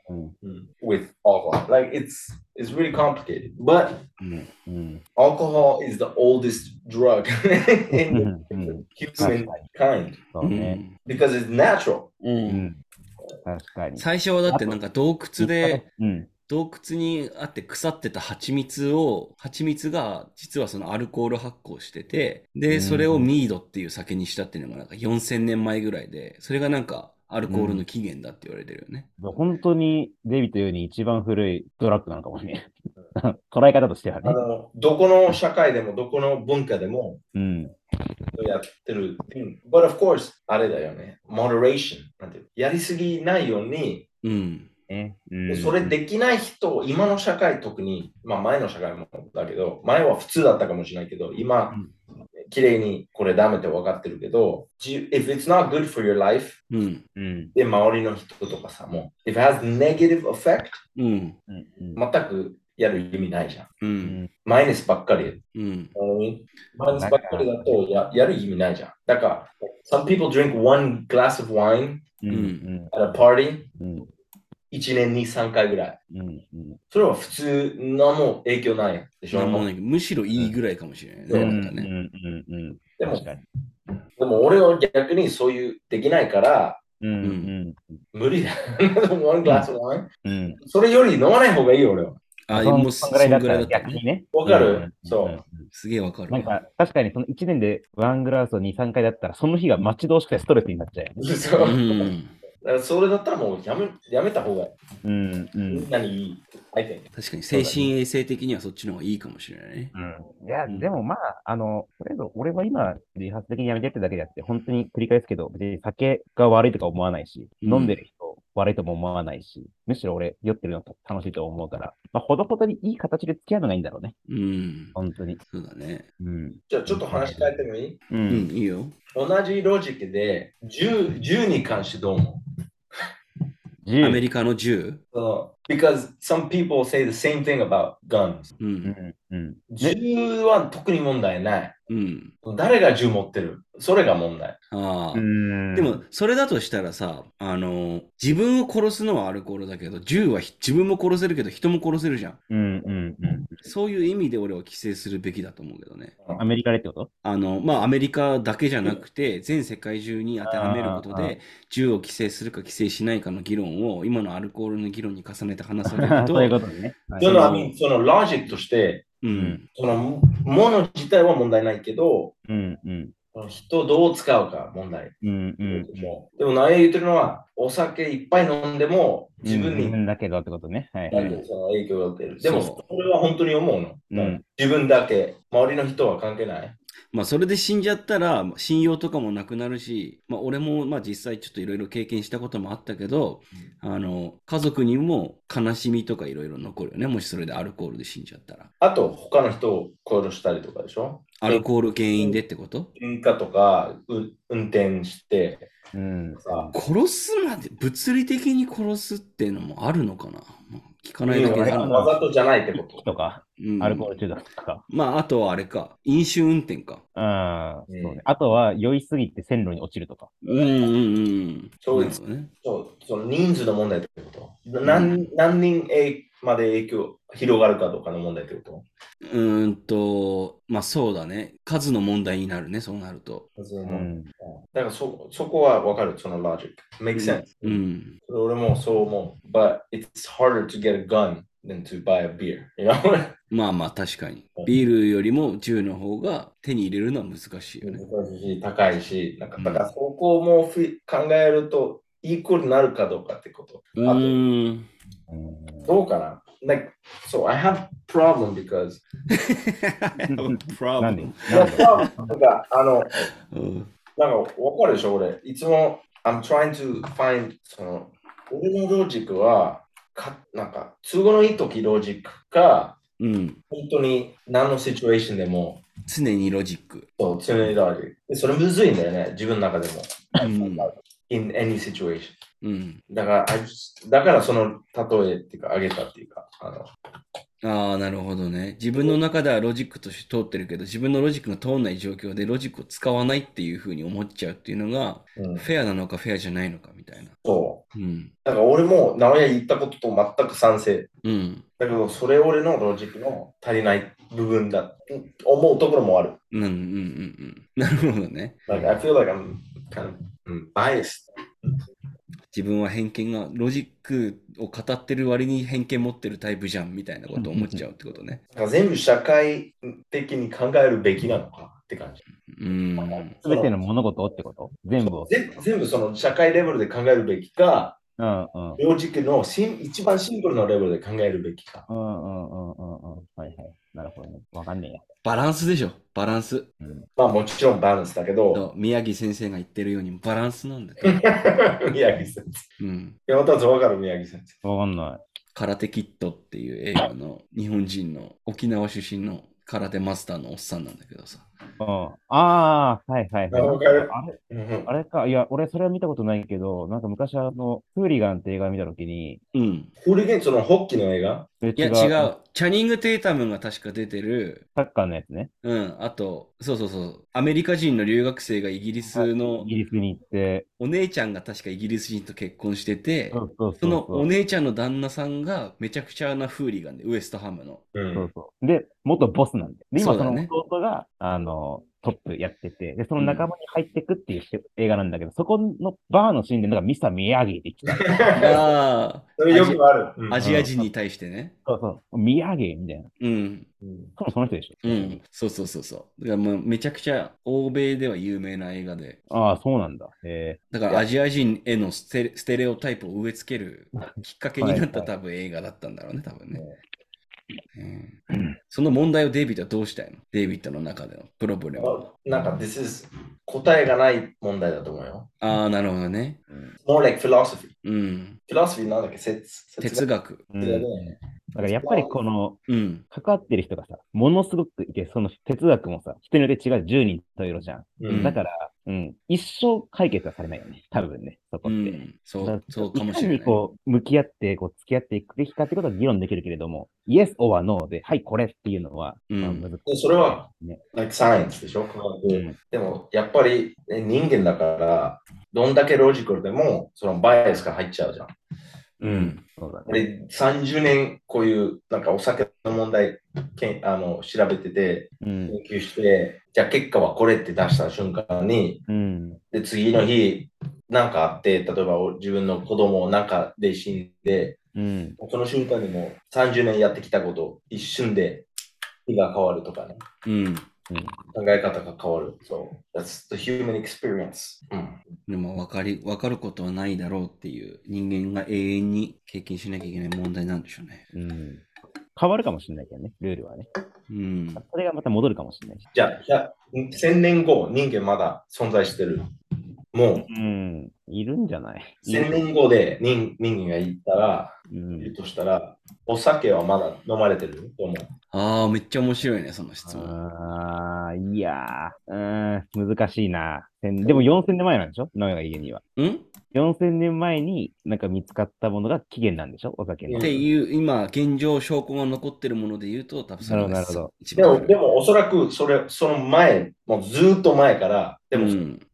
Speaker 3: with alcohol. Like it's it's really complicated. But
Speaker 1: うん。
Speaker 2: うん。
Speaker 3: alcohol is the oldest drug [LAUGHS] in
Speaker 2: うん
Speaker 3: human kind
Speaker 2: そうね。
Speaker 3: because it's natural.
Speaker 1: う。
Speaker 2: うんん。確かに。
Speaker 1: 最初はだってなんか洞窟で、
Speaker 2: うん。
Speaker 1: 洞窟にあって腐ってた蜂蜜を、蜂蜜が実はそのアルコール発酵してて、
Speaker 2: う
Speaker 1: で、
Speaker 2: ん
Speaker 1: それをミードっていう酒にしたっていうのがなんか4000年前ぐらいで、それがなんかアルコールの起源だって言われてるよね。
Speaker 2: 本当にデビというように一番古いドラッグなのかもね。 [LAUGHS] 捉え方としては
Speaker 3: あ
Speaker 2: ね。
Speaker 3: のどこの社会でもどこの文化でも
Speaker 2: うん。
Speaker 3: やってる。うん、But of course あれだよね。Moderation なんていうやりすぎないように、
Speaker 1: うん。
Speaker 2: ね。
Speaker 3: それできない人、今の社会特に、まあ前の社会もだけど、前は普通だったかもしれないけど、今
Speaker 1: うん、
Speaker 3: 綺麗にこれダメって分かってるけど、じ if it's not good for your life
Speaker 1: うん。
Speaker 2: うん。
Speaker 3: で、周りの人とかさ、もう、if it has negative effect、
Speaker 1: うん。
Speaker 2: うん。
Speaker 3: 全くやる意味ないじゃん。
Speaker 1: うん。
Speaker 3: マイナスばっかりやる。
Speaker 1: うん。
Speaker 3: マイナスばっかりだとややる意味ないじゃん。だから、some people drink one glass of wine
Speaker 2: うん。うん。
Speaker 3: at a party
Speaker 2: うん。
Speaker 3: 1年に3回ぐらい。
Speaker 2: うん。うん。
Speaker 3: それは普通のもう影響ないでしょ。
Speaker 1: なんもないけどむしろいいぐらいかもしれないね。なんか
Speaker 2: う
Speaker 1: ね。
Speaker 2: ん。うん。
Speaker 3: でも
Speaker 2: 確、かに。
Speaker 3: でも俺は逆にそういうできないから
Speaker 2: うん。うん。
Speaker 3: 無理だ。one glass of wine
Speaker 2: うん。
Speaker 3: それより飲まない方がいいよ、俺は。
Speaker 1: あ、
Speaker 2: そ
Speaker 1: も
Speaker 2: の
Speaker 1: うそ
Speaker 2: そ
Speaker 1: ん
Speaker 2: ん
Speaker 1: ぐ
Speaker 2: ぐ
Speaker 1: ら
Speaker 2: ら
Speaker 1: い
Speaker 2: い
Speaker 1: だ
Speaker 2: だ
Speaker 1: っ
Speaker 2: っ
Speaker 1: たら
Speaker 2: たら逆に
Speaker 1: ね。
Speaker 2: ね。
Speaker 3: わか
Speaker 2: うんうんう
Speaker 3: る
Speaker 2: ん
Speaker 3: そう。
Speaker 1: すげえわかる
Speaker 2: な
Speaker 1: わ。
Speaker 2: んか、確かにその1年でワングラスを2、3回だったら、その日が待ち遠しくてストレスになっちゃうよね。
Speaker 3: そうう。
Speaker 1: ん。
Speaker 3: だからそれだったらもうやめやめた方がいい。
Speaker 2: うん、う
Speaker 3: みんなにいい。I think.
Speaker 1: 確かに精神衛生的にはそっちの方がいいかもしれないね。
Speaker 2: ん。いや、でもまあ、あの、とりあえず俺は今、自発的にやめてってだけであって、本当に繰り返すけど、別に酒が悪いとか思わないし、
Speaker 1: うん
Speaker 2: 飲んでる人悪いとも思わないし、むしろ俺酔ってるの楽しいと思うから、まあ、ほどほどにいい形で付き合うのがいいんだろうね。
Speaker 1: うん。
Speaker 2: 本当に。
Speaker 1: そうだね。
Speaker 2: うん。
Speaker 3: じゃあちょっと話変えてもいい
Speaker 2: うん
Speaker 1: うん、いいよ。
Speaker 3: 同じロジックで銃銃に関してどう思う
Speaker 2: 自由
Speaker 1: アメリカの銃。
Speaker 3: その Because some people say the same thing about guns.
Speaker 1: う。
Speaker 2: うんん、うん。
Speaker 3: 銃は特に問題ない。
Speaker 1: うん。
Speaker 3: 誰が銃持ってるそれが問題。
Speaker 1: ああ。
Speaker 4: うん
Speaker 1: でも、それだとしたらさ、あの、自分を殺すのはアルコールだけど、銃はひ自分も殺せるけど、人も殺せるじゃん。
Speaker 2: うん、うん、うん。
Speaker 1: そういう意味で俺は規制するべきだと思うけどね。
Speaker 2: アメリカでってこと
Speaker 1: あの、まあ、アメリカだけじゃなくて、全世界中に当てはめること
Speaker 2: あーあ
Speaker 1: で、銃を規制するか規制しないかの議論を、今のアルコールの議論に重ねて話されると、
Speaker 2: [LAUGHS] そういうことね。はい
Speaker 3: その、I mean そのロジックとして、
Speaker 1: うん。
Speaker 3: そのもの自体は問題ないけど、
Speaker 2: うん、うん。
Speaker 3: 人をどう使うか問題。
Speaker 2: うんうん。
Speaker 3: もうでも内容言ってるのは、お酒いっぱい飲んでも自分に、
Speaker 2: だけどってことね。はいはい。
Speaker 3: その影響が出る。でも、
Speaker 1: そ
Speaker 3: それは本当に思うの。
Speaker 2: うん
Speaker 3: 自分だけ、周りの人は関係ない。
Speaker 1: まあ、それで死んじゃったらまあ信用とかもなくなるし、まあ、俺もまあ実際ちょっといろいろ経験したこともあったけど、あの家族にも悲しみとかいろいろ残るよねもしそれでアルコールで死んじゃったら
Speaker 3: あと、他の人を殺したりとかでしょ
Speaker 1: アルコール原因でってこと
Speaker 3: 喧嘩とか、う運転して
Speaker 2: うん。
Speaker 3: さ、
Speaker 1: 殺すまで物理的に殺すっていうのもあるのかな、まあ聞かないだけで、
Speaker 2: うん
Speaker 3: わざとじゃないってこと。
Speaker 2: とか、
Speaker 1: うん
Speaker 2: アルコール中毒とか。
Speaker 1: まああとはあれか飲酒運転か
Speaker 2: うん。
Speaker 3: うん
Speaker 2: そうねあとは、酔いすぎて線路に落ちるとか。
Speaker 1: うんうんうん
Speaker 3: そうです
Speaker 1: なるほどね
Speaker 3: そうその人数の問題ってこと。何何人えまで影響、広がるかどうかの問題ってこと。
Speaker 1: うーんとまあそうだね数の問題になるねそうなると
Speaker 2: うん。
Speaker 3: だからそそこはわかる、そのロジック。Make sense.
Speaker 1: うん
Speaker 3: それ俺もそう思う。But it's harder to get a gun than to buy a beer. You know?
Speaker 2: [LAUGHS]
Speaker 1: まあまあ確かに
Speaker 3: うん
Speaker 1: ビールよりも銃の方が手に入れるのは難しいよね
Speaker 3: 難しいし高いし、なんかだからそこもふい考えると、イークになるかどうかってこと。
Speaker 1: うー
Speaker 3: [LAUGHS]
Speaker 1: ん
Speaker 2: うん
Speaker 3: どうかな like, So I have problem because
Speaker 2: なんで
Speaker 1: problem
Speaker 2: [LAUGHS] なんで
Speaker 3: なんかあの、
Speaker 1: うん
Speaker 3: なんかわかるでしょ、俺。いつも、I'm trying to find その、俺のロジックは、かなんか、都合のいい時ロジックか、
Speaker 1: うん
Speaker 3: 本当に何のシチュエーションでも、
Speaker 1: 常にロジック
Speaker 3: そう、常にロジック。でそれむずいんだよね、自分の中でも。
Speaker 1: うん、
Speaker 3: in any situation.
Speaker 1: うん、
Speaker 3: だから、I just- だからその例えっていうか、あげたっていうか、あの、
Speaker 1: ああなるほどね自分の中ではロジックとして通ってるけど自分のロジックが通んない状況でロジックを使わないっていうふうに思っちゃうっていうのが
Speaker 3: うん、
Speaker 1: フェアなのかフェアじゃないのかみたいな
Speaker 3: そう。
Speaker 1: うん
Speaker 3: だから俺も直哉言ったことと全く賛成。
Speaker 1: うん
Speaker 3: だけど、それ俺のロジックの足りない部分だ、思うところもある。
Speaker 1: うんうんうんうんなるほどね
Speaker 3: Like, I feel like I'm kind of mm, biased.
Speaker 1: 自分は偏見がロジックを語ってる割に偏見持ってるタイプじゃんみたいなことを思っちゃうってこと [LAUGHS] ね
Speaker 3: だから全部社会的に考えるべきなのかって感じ。
Speaker 1: うん
Speaker 2: すべての物事をってこと全部を。
Speaker 3: 全部全部その社会レベルで考えるべきか、
Speaker 2: うんうん。
Speaker 3: ロジックのシン一番シンプルなレベルで考えるべきか。
Speaker 2: うんうんうんうんうん。はいはい。なるほどね。わかんねえや。
Speaker 1: バランスでしょバランス
Speaker 3: まあもちろんバランスだけど、
Speaker 1: そう宮城先生が言ってるようにバランスなんだよ、
Speaker 3: [LAUGHS] 宮城先生。
Speaker 1: うん、
Speaker 3: 山田さんわかる宮城先生。
Speaker 2: わかんない。
Speaker 1: 空手キッドっていう映画の日本人の沖縄出身の空手マスターのおっさんなんだけどさ
Speaker 2: うん。ああー、はいはいはい。
Speaker 3: わかる
Speaker 2: あれ
Speaker 3: うん
Speaker 2: あれか、いや、俺それは見たことないけど、なんか昔あの、フーリガンって映画見たときに、
Speaker 1: うん
Speaker 3: フリゲンそのホッキの映画
Speaker 2: い
Speaker 1: いや違うチャニング・テータムが確か出てる
Speaker 2: サッカーのやつね。
Speaker 1: うん、あと、そうそうそう、アメリカ人の留学生がイギリスの
Speaker 2: イギリスに行って、
Speaker 1: お姉ちゃんが確かイギリス人と結婚してて、
Speaker 2: そうそう
Speaker 1: そ
Speaker 2: そう
Speaker 1: のお
Speaker 2: そう
Speaker 1: 姉ちゃんの旦那さんがめちゃくちゃなフーリガンで、ウエストハムの。
Speaker 3: う
Speaker 2: そうそう。で、元ボスなんで。で、
Speaker 1: そう
Speaker 2: 今そ
Speaker 1: だ
Speaker 2: の
Speaker 1: ね
Speaker 2: 弟が、あの、トップやってて、で、その仲間に入ってくっていうし映画なんだけど、そこのバーのシーンで、なんかミサ宮城って来
Speaker 1: [LAUGHS]
Speaker 2: た。
Speaker 1: あ
Speaker 3: それよくある。うん
Speaker 1: あ、アジア人に対してね。
Speaker 2: そうそう。宮城みたいな。
Speaker 1: うん、
Speaker 3: うん
Speaker 2: 多分その人でしょ。
Speaker 1: うん、そうそうそうそう。だからもうめちゃくちゃ欧米では有名な映画で、
Speaker 2: ああ、そうなんだ。え
Speaker 1: だからアジア人へのステレステレオタイプを植え付けるきっかけになった
Speaker 2: はい
Speaker 1: 多分映画だったんだろうね、多分ね。うん、その問題をデイビッドはどうしたいのデイビッドの中でのプロブレム。
Speaker 3: なんか、this is 答えがない問題だと思うよ。
Speaker 1: ああ、なるほどね。
Speaker 3: more like philosophy.
Speaker 1: うん。
Speaker 3: philosophy なんだっけ説
Speaker 1: 哲学。
Speaker 2: ーうん
Speaker 3: 哲学だ
Speaker 2: だ
Speaker 3: よね
Speaker 2: からやっぱりこの、
Speaker 1: うん。
Speaker 2: 関わってる人がさ、ものすごくいて、その哲学もさ、人によって違う10人と色じゃん。
Speaker 1: うん
Speaker 2: だから、うん、一生解決はされないよね。多分ね、そこ
Speaker 1: う
Speaker 2: って。
Speaker 1: ん、そ
Speaker 2: だ
Speaker 1: う、そうかもしれ
Speaker 2: いかに
Speaker 1: ない。
Speaker 2: こう、向き合って、こう、付き合っていくべきかってことは議論できるけれども、イエス or ノーで、はい、これっていうのは、
Speaker 1: うん
Speaker 2: まあ難し
Speaker 3: でそれは、
Speaker 2: いね。
Speaker 3: like science でしょ科学
Speaker 2: うん
Speaker 3: でも、やっぱりね人間だから、どんだけロジカルでも、そのバイアスが入っちゃうじゃん。
Speaker 1: うん。
Speaker 2: そうだね。
Speaker 3: で30年、こういう、なんかお酒の問題けんあの調べてて、
Speaker 2: うん。
Speaker 3: 研究して、じゃあ結果はこれって出した瞬間に、
Speaker 2: うん。
Speaker 3: で、次の日、なんかあって、例えばお自分の子供をなんかで死んで、
Speaker 2: うん。
Speaker 3: その瞬間にもう30年やってきたこと、一瞬で日が変わるとかね。
Speaker 1: うん。
Speaker 3: 考え方が変わる。そう。That's the human experience. うん。
Speaker 1: でも分かり、分かることはないだろうっていう人間が永遠に経験しなきゃいけない問題なんでしょうね。
Speaker 2: うん。変わるかもしれないけどね、ルールはね。
Speaker 1: うん。
Speaker 2: それがまた戻るかもしれないし。
Speaker 3: じゃあ、100 1000年後、人間まだ存在してる。もう、
Speaker 2: うん。いるんじゃない
Speaker 3: 1000年後で人人間がいたら、
Speaker 2: う
Speaker 3: いる
Speaker 2: ん。
Speaker 3: としたら、お酒はまだ飲まれてると思う。
Speaker 1: ああ、めっちゃ面白いね、その質問。
Speaker 2: ああ、いやー、うん、難しいな。せんでも4000年前なんでしょノエが言うには。
Speaker 1: うん
Speaker 2: 4000年前になんか見つかったものが起源なんでしょお酒の
Speaker 1: っ。ていう、今、現状、証拠が残ってるもので言うと、多分それ
Speaker 2: なる
Speaker 1: が
Speaker 2: ほどなるほど
Speaker 1: 一
Speaker 3: で
Speaker 1: 番
Speaker 3: も、でもおそらくそれ、その前、もうずっと前から、でも、
Speaker 1: う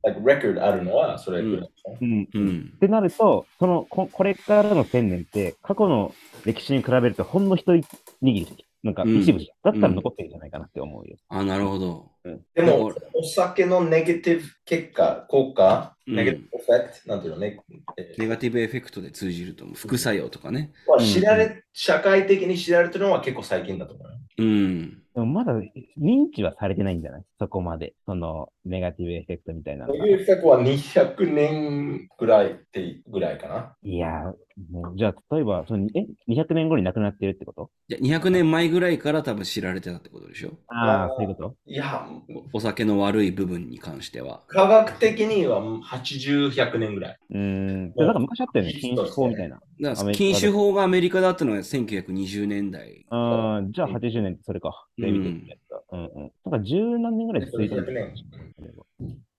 Speaker 3: like
Speaker 1: ん。
Speaker 3: record あるのはそれぐらい。
Speaker 2: うん。っ
Speaker 1: うん。
Speaker 2: てなると、そのこ、これからの1000年って、過去の歴史に比べるとほんの一握りしかなんか
Speaker 1: うん
Speaker 2: 一部しかだったら残ってるんじゃないかなって思うよ。
Speaker 1: あ、なるほど。
Speaker 3: でも
Speaker 1: だか、
Speaker 3: お酒のネガティブ結果、効果、
Speaker 1: うん
Speaker 3: ネガティブエフェクト、なんていうのね、え
Speaker 1: ネガティブエフェクトで通じると思う。副作用とかね。
Speaker 3: ーまあ知られ、社会的に知られてるのは結構最近だと思うよ。
Speaker 1: うん。
Speaker 2: でもまだ認知はされてないんじゃないそこまで。そのネガティブエフェクトみたいなの
Speaker 3: ネ
Speaker 2: が
Speaker 3: ガティブエフェクトは200年ぐらいってぐらいかな。
Speaker 2: いやー、もうじゃあ例えばその、え、200年後に亡くなってるってこと
Speaker 1: じゃ200年前ぐらいから多分知られてたってことでしょ
Speaker 2: あ
Speaker 3: あ
Speaker 2: あ
Speaker 3: ー、
Speaker 2: そういうこと
Speaker 3: いや、
Speaker 1: お酒の悪い部分に関しては。
Speaker 3: 科学的には80、100年ぐらい。
Speaker 2: うーん。でなんか昔あったよね、禁酒法みたいな。
Speaker 1: だか
Speaker 2: ア
Speaker 1: ら
Speaker 2: メリカ
Speaker 1: 禁
Speaker 2: で
Speaker 1: 酒法がアメリカだったのは1920年代。
Speaker 2: あーじゃあ80年ってそれか。デビッドってやつだうんうん。なんか十何年ぐらい続いてる。
Speaker 3: 100年。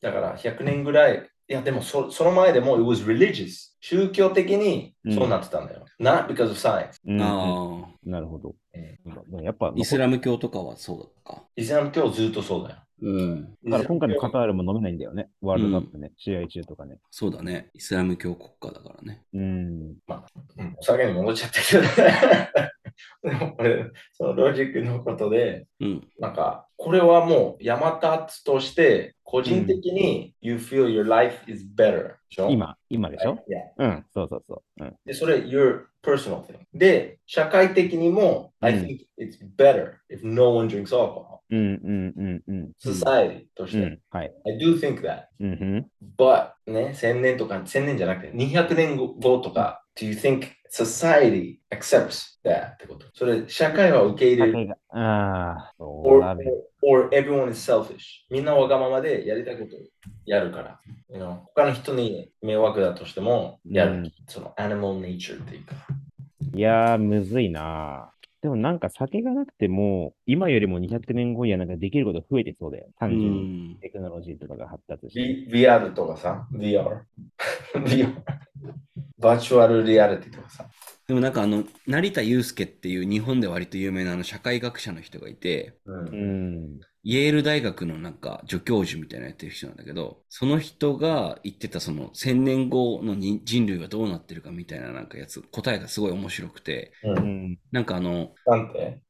Speaker 3: だから100年ぐらい。いやでもそその前でも it was religious。宗教的にそうなってたんだよ。Not because of science。
Speaker 2: うんうん
Speaker 1: ああ、
Speaker 2: なるほど。
Speaker 3: え
Speaker 2: まあでもやっぱ、
Speaker 1: イスラム教とかはそうだったか。
Speaker 3: イスラム教ずっとそうだよ。
Speaker 1: うん。
Speaker 2: だから今回のカタールも飲めないんだよね。ワールドカップね、試合中とかね。
Speaker 1: そうだね。イスラム教国家だからね。
Speaker 2: うん。
Speaker 3: うんお酒に戻っちゃったけど。でもこれ、そのロジックのことで、
Speaker 1: うん。
Speaker 3: なんか、これはもう山立として、個人的に、You feel your life is better でしょ。
Speaker 2: 今、今でしょ、
Speaker 3: いや
Speaker 2: うん、そうそうそう。うん、
Speaker 3: で、それ、your personal thing。で、社会的にも、I
Speaker 2: うん
Speaker 3: think it's better if no one drinks alcohol.
Speaker 2: うん、うん、うん。うん。
Speaker 3: Society とし
Speaker 2: う
Speaker 3: て。
Speaker 2: ん、はい。
Speaker 3: I do think that.
Speaker 2: うんふん、
Speaker 3: But, ね、1000年とか、1000年じゃなくて、200年後とか、do you think society accepts that? ってこと。それ、社会は受け入れる。
Speaker 2: 酒がああ、そう
Speaker 3: Or,
Speaker 2: だね。
Speaker 3: or everyone is selfish. みんなわがままでやりたいことやるから。You know, 他の人に迷惑だとしても、やる。
Speaker 2: うん
Speaker 3: その、animal nature っていうか。
Speaker 2: いやー、むずいなー。でもなんか酒がなくても、今よりも200年後にはなんかできること増えてそうだよ。
Speaker 1: う
Speaker 2: 単純に
Speaker 1: ん。
Speaker 2: テクノロジーとかが発達して。
Speaker 3: V- VR とかさ、VR。VR。バーチュアルリアリティとかさ。
Speaker 1: でもなんかあの、成田悠介っていう日本で割と有名なあの社会学者の人がいて、
Speaker 3: う。
Speaker 2: うんん。
Speaker 1: イェール大学のなんか助教授みたいなのやってる人なんだけど、その人が言ってたその千年後のに人類はどうなってるかみたいななんかやつ、答えがすごい面白くて、
Speaker 3: う。
Speaker 2: うんん。
Speaker 1: なんかあの、
Speaker 3: なんて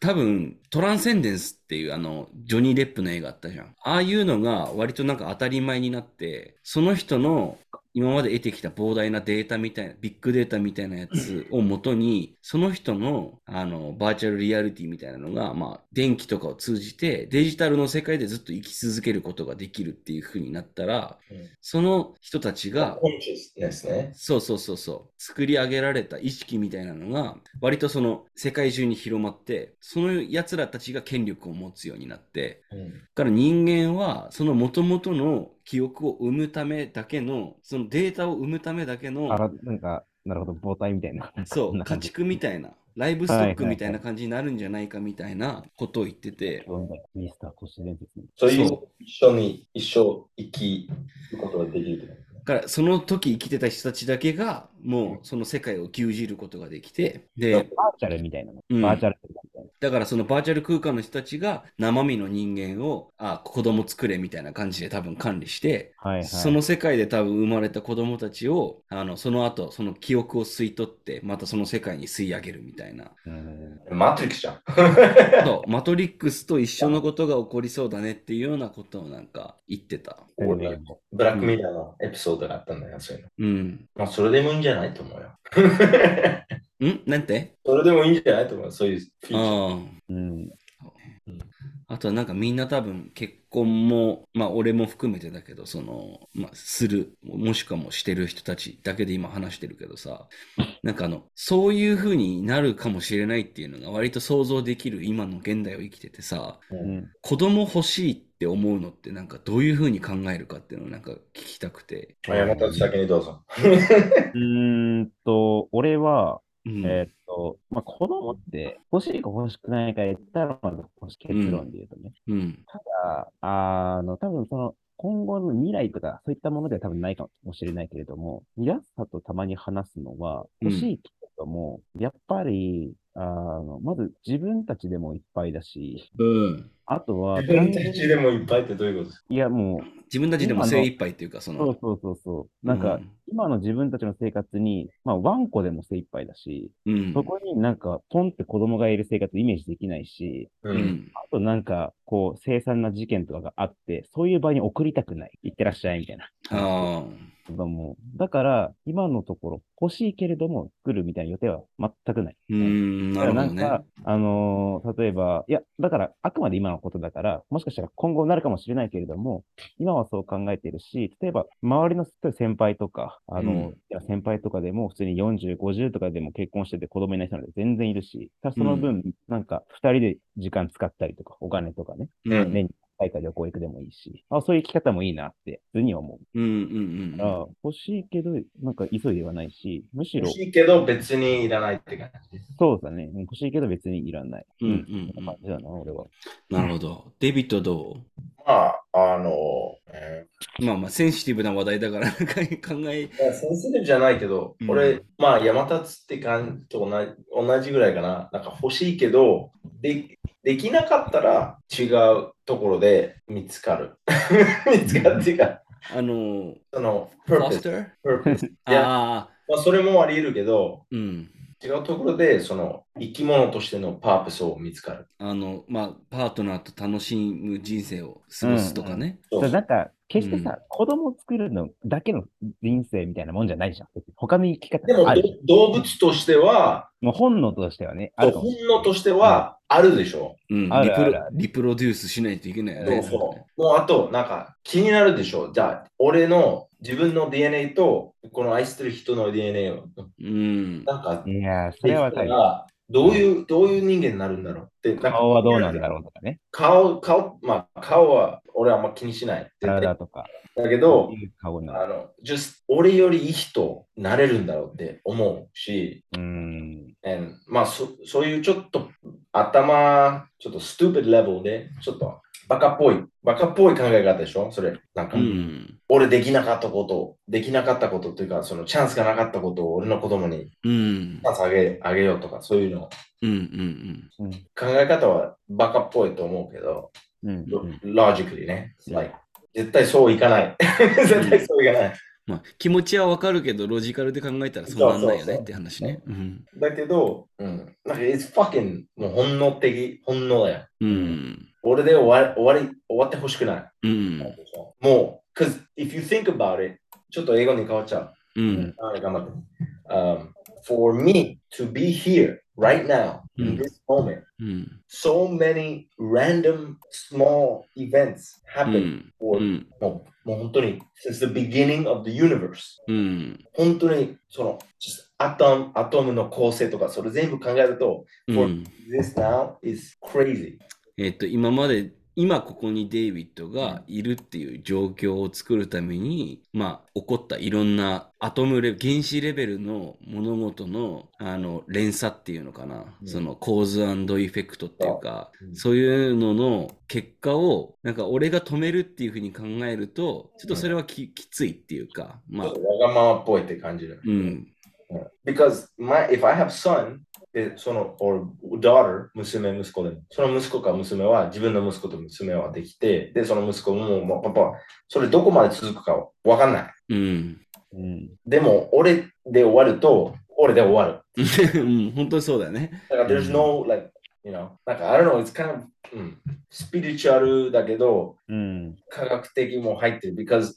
Speaker 1: 多分トランセンデンスっていうあの、ジョニー・デップの映画あったじゃん。ああいうのが割となんか当たり前になって、その人の今まで得てきた膨大なデータみたいな、ビッグデータみたいなやつをもとに、その人の、あの、バーチャルリアリティみたいなのが、まあ、電気とかを通じて、デジタルの世界でずっと生き続けることができるっていう風になったら
Speaker 3: うん、
Speaker 1: その人たちが、
Speaker 3: コンシスですね。
Speaker 1: そうそうそうそう作り上げられた意識みたいなのが割とその世界中に広まってそのやつらたちが権力を持つようになって
Speaker 3: うん。
Speaker 1: だから人間はその元々の記憶を生むためだけのそのデータを生むためだけ
Speaker 2: あ
Speaker 1: の
Speaker 2: ら、なんか、なるほど、膨体みたいな。
Speaker 1: そ
Speaker 2: こん
Speaker 1: う
Speaker 2: な
Speaker 1: 家
Speaker 2: 感じ
Speaker 1: 畜みたいなライブストックみたいな感じになるんじゃないかみたいなことを言ってて
Speaker 2: どうみたいなミスター都市伝説み
Speaker 3: そういう
Speaker 1: そ
Speaker 3: 一緒に一生生きることができる。
Speaker 1: だからその時生きてた人たちだけがもうその世界を牛耳ることができてで
Speaker 2: たいな。バーチャルみたいなの。
Speaker 1: うん
Speaker 2: バーチャルみたいな。
Speaker 1: だからそのバーチャル空間の人たちが生身の人間をあ子供作れみたいな感じで多分管理して、
Speaker 2: はいはい。
Speaker 1: その世界で多分生まれた子供たちをあのその後その記憶を吸い取ってまたその世界に吸い上げるみたい
Speaker 2: [LAUGHS]
Speaker 1: な
Speaker 2: うん
Speaker 3: マトリックスじゃん。
Speaker 1: そうマトリックスと一緒のことが起こりそうだねっていうようなことをなんか言ってた
Speaker 2: 千年後
Speaker 3: ブラックミラーのエピソードがあったんだよ、そういうの。
Speaker 1: うん
Speaker 3: まあ、それでもいいんじゃないと思うよ。
Speaker 1: んなんて
Speaker 3: それでもいいんじゃないと思う、そういうフィーチャー。
Speaker 1: あ
Speaker 2: うん。
Speaker 1: ああとはなんかみんな多分結婚も、まあ俺も含めてだけど、その、まあする、もしくはもうしてる人たちだけで今話してるけどさ、なんかあの、そういう風になるかもしれないっていうのが割と想像できる今の現代を生きててさ、
Speaker 2: うん
Speaker 1: 子供欲しいって思うのってなんかどういう風に考えるかっていうのをなんか聞きたくて。
Speaker 3: あ山田先にどうぞ。
Speaker 2: うーんと、俺は、
Speaker 1: うん。
Speaker 2: えーっと、まあ、子供って欲しいか欲しくないか言ったら、まず欲しい結論で言うとね。
Speaker 1: うん。
Speaker 2: ただ、あの、多分その、今後の未来とか、そういったものでは多分ないかもしれないけれども、皆さんとたまに話すのは、
Speaker 1: うん
Speaker 2: 欲しいけれども、やっぱり、あの、まず自分たちでもいっぱいだし、
Speaker 1: うん。
Speaker 2: あとは、
Speaker 3: 自分たちでもいっぱいってどういうことですか
Speaker 2: いや、も、
Speaker 1: 自分たちでも精一杯っていうか、そう
Speaker 2: そう
Speaker 1: の、
Speaker 2: そうそうそう、なんか、今の自分たちの生活に、まあ、ワンコでも精一杯だし、
Speaker 1: うん、うん。
Speaker 2: そこになんか、ポンって子供がいる生活イメージできないし、
Speaker 1: う。
Speaker 3: うん
Speaker 2: あとなんか、こう、凄惨な事件とかがあって、そういう場合に送りたくない。行ってらっしゃい、みたいな。
Speaker 1: ああ。
Speaker 2: 子供をだから、今のところ欲しいけれども、作るみたいな予定は全くない。
Speaker 1: うーん、なるほど
Speaker 2: だから
Speaker 1: ね
Speaker 2: な。んか、あのー例えば、いや、だから、あくまで今のことだから、もしかしたら今後なるかもしれないけれども、今はそう考えてるし、例えば、周りの先輩とか、あの
Speaker 1: うん
Speaker 2: いや先輩とかでも、普通に40、50とかでも結婚してて子供いない人なんて全然いるし、ただその分、なんか、2人で時間使ったりとか、お金とかね、
Speaker 1: うん、うん、
Speaker 2: 年に1回か旅行行くでもいいし、あそういう生き方もいいなって、普通に思う。
Speaker 1: うん、うん。
Speaker 2: から、欲しいけど、なんか急いではないし、むし
Speaker 3: ん、
Speaker 2: ろ
Speaker 3: 欲、しいけど別にいらないって感じ。
Speaker 2: そうだね、欲しいけど別にいらない。
Speaker 1: うんうん
Speaker 2: そな感じだな、俺は。
Speaker 1: なるほど。デビットど
Speaker 3: まあ、あの、え
Speaker 1: うまあまあ、センシティブな話題だから、 [LAUGHS] なんか考え、
Speaker 3: ー、いやセンシティブじゃないけど、
Speaker 1: うん
Speaker 3: 俺、まあ、山立って感じと同じ同じぐらいかな。なんか欲しいけど、でできなかったら違うところで見つかる。 [LAUGHS] 見つかるっていうか、
Speaker 1: あの、
Speaker 3: その、
Speaker 1: フォス
Speaker 3: purpose。
Speaker 1: ター
Speaker 3: purpose いや
Speaker 1: ああ、
Speaker 3: まあ、それもあり得るけど、
Speaker 1: うん。
Speaker 3: 違うところで、その、生き物としてのパープスを見つかる。
Speaker 1: あの、まあ、パートナーと楽しむ人生を過ごすとかね。
Speaker 3: そう
Speaker 2: そうなんか、決してさ、子供を作るのだけの人生みたいなもんじゃないじゃん。別に他の生き方
Speaker 3: でも
Speaker 2: がある。、
Speaker 3: ど動物としては、
Speaker 2: もう本能としてはね、あるかもし
Speaker 3: 本能としてはあるでしょ。
Speaker 1: うん、
Speaker 2: あ
Speaker 1: リ
Speaker 2: る
Speaker 1: プ
Speaker 2: あ
Speaker 1: ロ
Speaker 2: るある
Speaker 1: リプロデュースしないといけないよ
Speaker 3: そ
Speaker 1: ね。
Speaker 3: うそう。もうあと、なんか気になるでしょ。じゃあ、俺の自分の DNA と、この愛してる人の DNA を、
Speaker 1: うん。
Speaker 3: なんか、
Speaker 2: れない。いやー、それはわかる。
Speaker 3: どういう、どういう人間になるんだろうって、なんか
Speaker 2: 顔はどうなんだろうとかね。
Speaker 3: 顔、顔、まあ、顔は俺はあんま気にしない。絶対
Speaker 2: 体とか、
Speaker 3: だけ
Speaker 2: ど
Speaker 3: ど
Speaker 2: う、いう顔にな
Speaker 3: あ
Speaker 2: る。
Speaker 3: の、just 俺よりいい人になれるんだろうって思うし、
Speaker 2: うーん。
Speaker 3: And まあそ、そういうちょっと頭、ちょっとス t u p i d level で、ちょっとバカっぽい、バカっぽい考え方でしょそれ、なんか、
Speaker 1: うん。
Speaker 3: 俺できなかったこと、できなかったことというか、そのチャンスがなかったことを俺の子供にチ
Speaker 1: うん。
Speaker 3: ャンスあげあげようとか、そういうの、
Speaker 1: うん。うん。
Speaker 2: うん。
Speaker 3: 考え方はバカっぽいと思うけど、
Speaker 2: うん。
Speaker 3: ロジックにね、like 絶対そういかない。絶対そういかない。
Speaker 1: まあ、気持ちはわかるけど、ロジカルで考えたらそうなんないよねって話ね。うん。
Speaker 3: だけど、うん、なんか、it's fucking もう本能的、本能だよ。
Speaker 1: うん。
Speaker 3: 俺で終わ終わり終わってほしくない。
Speaker 1: うん。
Speaker 3: もう、because if you think about it, ちょっと英語に変わっちゃう。
Speaker 1: うん。
Speaker 3: あ頑張って。Um, for me to be here right now,
Speaker 1: うん
Speaker 3: in this moment,
Speaker 1: うん。
Speaker 3: so many random small events
Speaker 1: う
Speaker 3: happen
Speaker 1: ん。
Speaker 3: for、
Speaker 1: うん。
Speaker 3: もうもう本当に since the beginning of the universe.
Speaker 1: うん。
Speaker 3: 本当にその just アトムアトムの構成とかそれ全部考えると、
Speaker 1: う
Speaker 3: for
Speaker 1: ん
Speaker 3: this now is crazy.
Speaker 1: えっと、今まで、今ここにデイビッドがいるっていう状況を作るために、まあ、起こったいろんなアトムレ、原子レベルの物事の、あの、連鎖っていうのかな。
Speaker 3: うん
Speaker 1: その、構図エフェクトっていうか
Speaker 3: う、ん
Speaker 1: そういうのの結果を、なんか俺が止めるっていうふうに考えると、ちょっとそれはき,、きついっていうか、ま
Speaker 3: ちょ
Speaker 1: あ
Speaker 3: っ、とわがままっぽいって感じだ。
Speaker 1: うん、
Speaker 3: Because my, if I have son, でその、or daughter、娘、息子でも、その息子か娘は自分の息子と娘はできて、で、その息子も、もうパパ、それどこまで続くかわかんない。
Speaker 1: うん。 [LAUGHS]
Speaker 2: うん。
Speaker 3: でも、俺で終わると、俺で終わる。
Speaker 1: うん、本当にそうだよね。
Speaker 3: だから、there's no, like, you know, なんか、I don't know, it's kind of、うん、hmm, スピリチュアルだけど、
Speaker 2: うん。
Speaker 3: 科学的も入ってる。because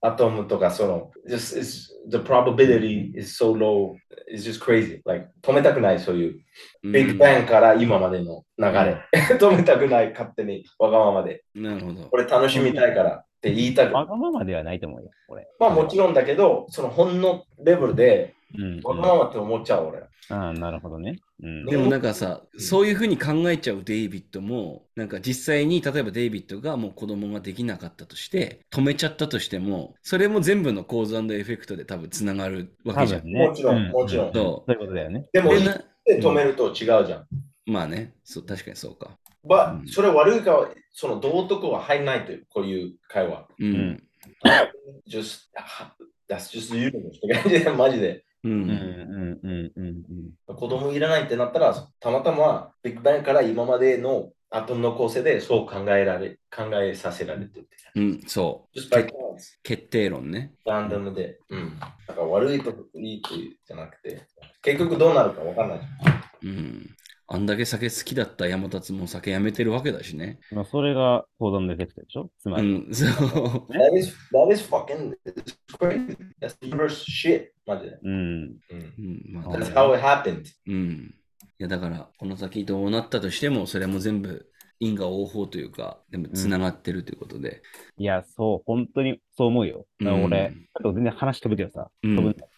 Speaker 3: アトムとかその、just, it's, the probability is so low, it's just crazy. Like, 止めたくない、そういう。
Speaker 1: うん
Speaker 3: ビッグバンから今までの流れ。 [LAUGHS] 止めたくない、勝手に、わがままで。
Speaker 1: なるほど
Speaker 3: こ。れ楽しみたいからって言いたく。
Speaker 2: わがままではないと思うよ、これ。
Speaker 3: まあもちろんだけど、そのほんのレベルで、
Speaker 2: うん、
Speaker 3: わがままって思っちゃう俺。
Speaker 2: ああ、なるほどね。うん。
Speaker 1: でもなんかさ、そういうふうに考えちゃうデイビッドも、なんか実際に例えばデイビッドがもう子供ができなかったとして、止めちゃったとしても、それも全部の構造エフェクトで多分つながるわけじゃん。
Speaker 2: ね
Speaker 3: もちろん
Speaker 2: う
Speaker 3: もちろん
Speaker 1: そ
Speaker 2: そういうことだよね。
Speaker 3: でも、
Speaker 1: で
Speaker 3: 言っ
Speaker 1: な
Speaker 3: て止めると違うじゃん。
Speaker 1: まあねそう、確かにそうか。
Speaker 3: ば
Speaker 1: うん
Speaker 3: それ悪いか、その道徳は入らないという、こういう会話。
Speaker 1: う。
Speaker 2: うん
Speaker 3: just, that's just the universe って [LAUGHS] 感じで、マジで。
Speaker 1: うん。
Speaker 2: うんうんうんうんうん。
Speaker 3: 子供いらないってなったら、たまたまビッグバンから今までのアトムの構成でそう考えられ、考えさせられてる。
Speaker 1: うん、そう。
Speaker 3: just by chance,
Speaker 1: 決定論ね。
Speaker 3: ランダムで。うん。だから悪いといいというじゃなくて、結局どうなるかわかんない。
Speaker 1: うん。あんだけ酒好きだった山立も酒やめてるわけだしね。
Speaker 2: まあ、それがコードのエフェクトでしょつま
Speaker 1: う
Speaker 2: り。
Speaker 1: ん、そう。
Speaker 3: That is, that is fucking it's crazy. That's the universe shit. マジで。
Speaker 2: うん。
Speaker 3: うん
Speaker 1: う。ん、まあ
Speaker 3: That's how it happened.
Speaker 1: うん。いやだから、この先どうなったとしても、それも全部因果応報というか、でもつながってるということで。
Speaker 2: いや、そう、本当にそう思うよ。だから俺、
Speaker 1: うん
Speaker 2: あと全然話飛ぶけどさ、
Speaker 1: うん。う
Speaker 2: 飛ぶ
Speaker 1: ん
Speaker 2: ん。だよ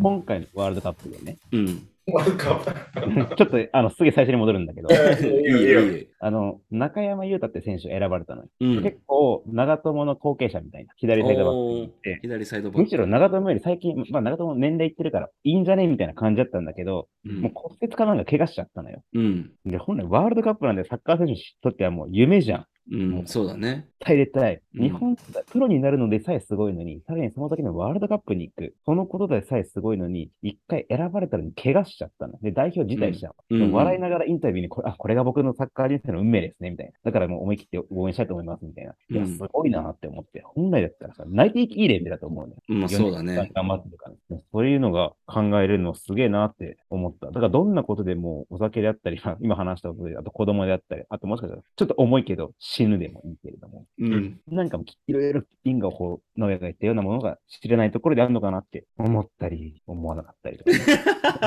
Speaker 2: 今回のワールドカップでね、 [LAUGHS]
Speaker 1: うん、
Speaker 3: ワールドカップ
Speaker 2: ちょっとあのすげえ最初に戻るんだけど、
Speaker 1: いいよいいよ。
Speaker 2: あの中山雄太って選手選ばれたのよ。
Speaker 1: うん。
Speaker 2: 結構、長友の後継者みたいな、左サイドバックに行って、
Speaker 1: 左サイドバッ
Speaker 2: む
Speaker 1: ク
Speaker 2: しろ長友より最近、まあ、長友年齢いってるから、いいんじゃねみたいな感じだったんだけど、
Speaker 1: うん
Speaker 2: もう骨折かなんか怪我しちゃったのよ。
Speaker 1: うん。
Speaker 2: で、本来ワールドカップなんでサッカー選手にとってはもう夢じゃん。
Speaker 1: うん。そうだね。
Speaker 2: 耐えれたい。
Speaker 1: うん
Speaker 2: 日本、プロになるのでさえすごいのに、さらにその時のワールドカップに行く。そのことでさえすごいのに、一回選ばれたのに怪我しちゃったの。で、代表辞退しちゃう。
Speaker 1: うんうん
Speaker 2: 笑いながらインタビューにこれ、あ、これが僕のサッカー人生の運命ですね、みたいな。だからもう思い切って応援したいと思います、みたいな。いや、
Speaker 1: うん
Speaker 2: すごいなって思って、本来だったらさ、泣いていいレベルだと思うね。
Speaker 1: まあそうだね。
Speaker 2: 頑張ってるから、そういうのが考えれるのすげえなって思った。だからどんなことでもお酒であったり、まあ今話したことで、あと子供であったり、あともしかしたらちょっと重いけど死ぬでもいいけれども、
Speaker 1: うん。
Speaker 2: なんかもきいろいろ因果をこう、農家が言ったようなものが知れないところであるのかなって思ったり、思わなかったりとか。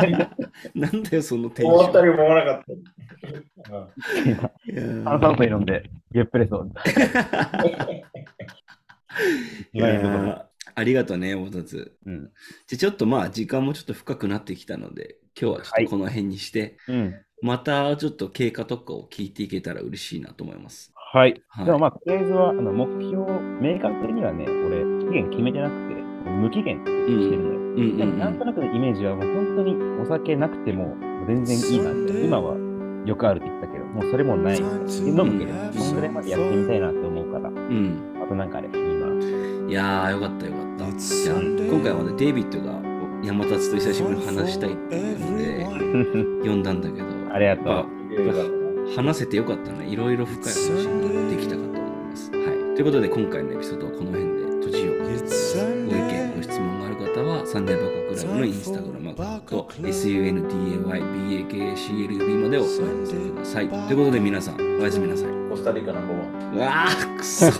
Speaker 1: [LAUGHS] なんだよ、そのテンシ
Speaker 3: [LAUGHS] 思った
Speaker 1: ョン。
Speaker 3: り思わなかった。うん
Speaker 1: [LAUGHS] い
Speaker 2: 今
Speaker 1: やー
Speaker 2: 炭酸水飲んで、ゲップレそう。
Speaker 1: いやーありがとうね、大達。
Speaker 2: うん。
Speaker 1: じゃあちょっとまあ、時間もちょっと深くなってきたので、今日はちょっとこの辺にして、
Speaker 2: うん。
Speaker 1: またちょっと経過とかを聞いていけたら嬉しいなと思います。
Speaker 2: はい。
Speaker 1: はい
Speaker 2: でもまあ、とりあえずは、あの、目標を明確にはね、俺、期限決めてなくて、無期限ってしてるのよ。
Speaker 1: うんうん
Speaker 2: で
Speaker 1: う
Speaker 2: もなん
Speaker 1: ん
Speaker 2: となくのイメージはもう本当にお酒なくても全然いいなみたいな今はよくあるって言ったけどもうそれもない飲むけどそんぐらいまでやってみたいなって思うから
Speaker 1: うん
Speaker 2: あとなんかあれば今 [LAUGHS]
Speaker 1: うん。いやー、よかったよかった。じゃあ、今回はね、デイビッドが山立と久しぶりに話したいっていうので、読んだんだけど、
Speaker 2: ありがとう
Speaker 1: まあ話せてよかったね。いろいろ深い話ができたかと思います。はい。ということで、今回のエピソードはこの辺で閉じようかと思います。ご意見、ご質問がある方は、サンデーバカクラブのインスタグラムアカウント、sundaybakaclb までお送りください。ということで、皆さん、おやすみなさい。
Speaker 3: コスタリカの方は。
Speaker 1: うわあ、くそ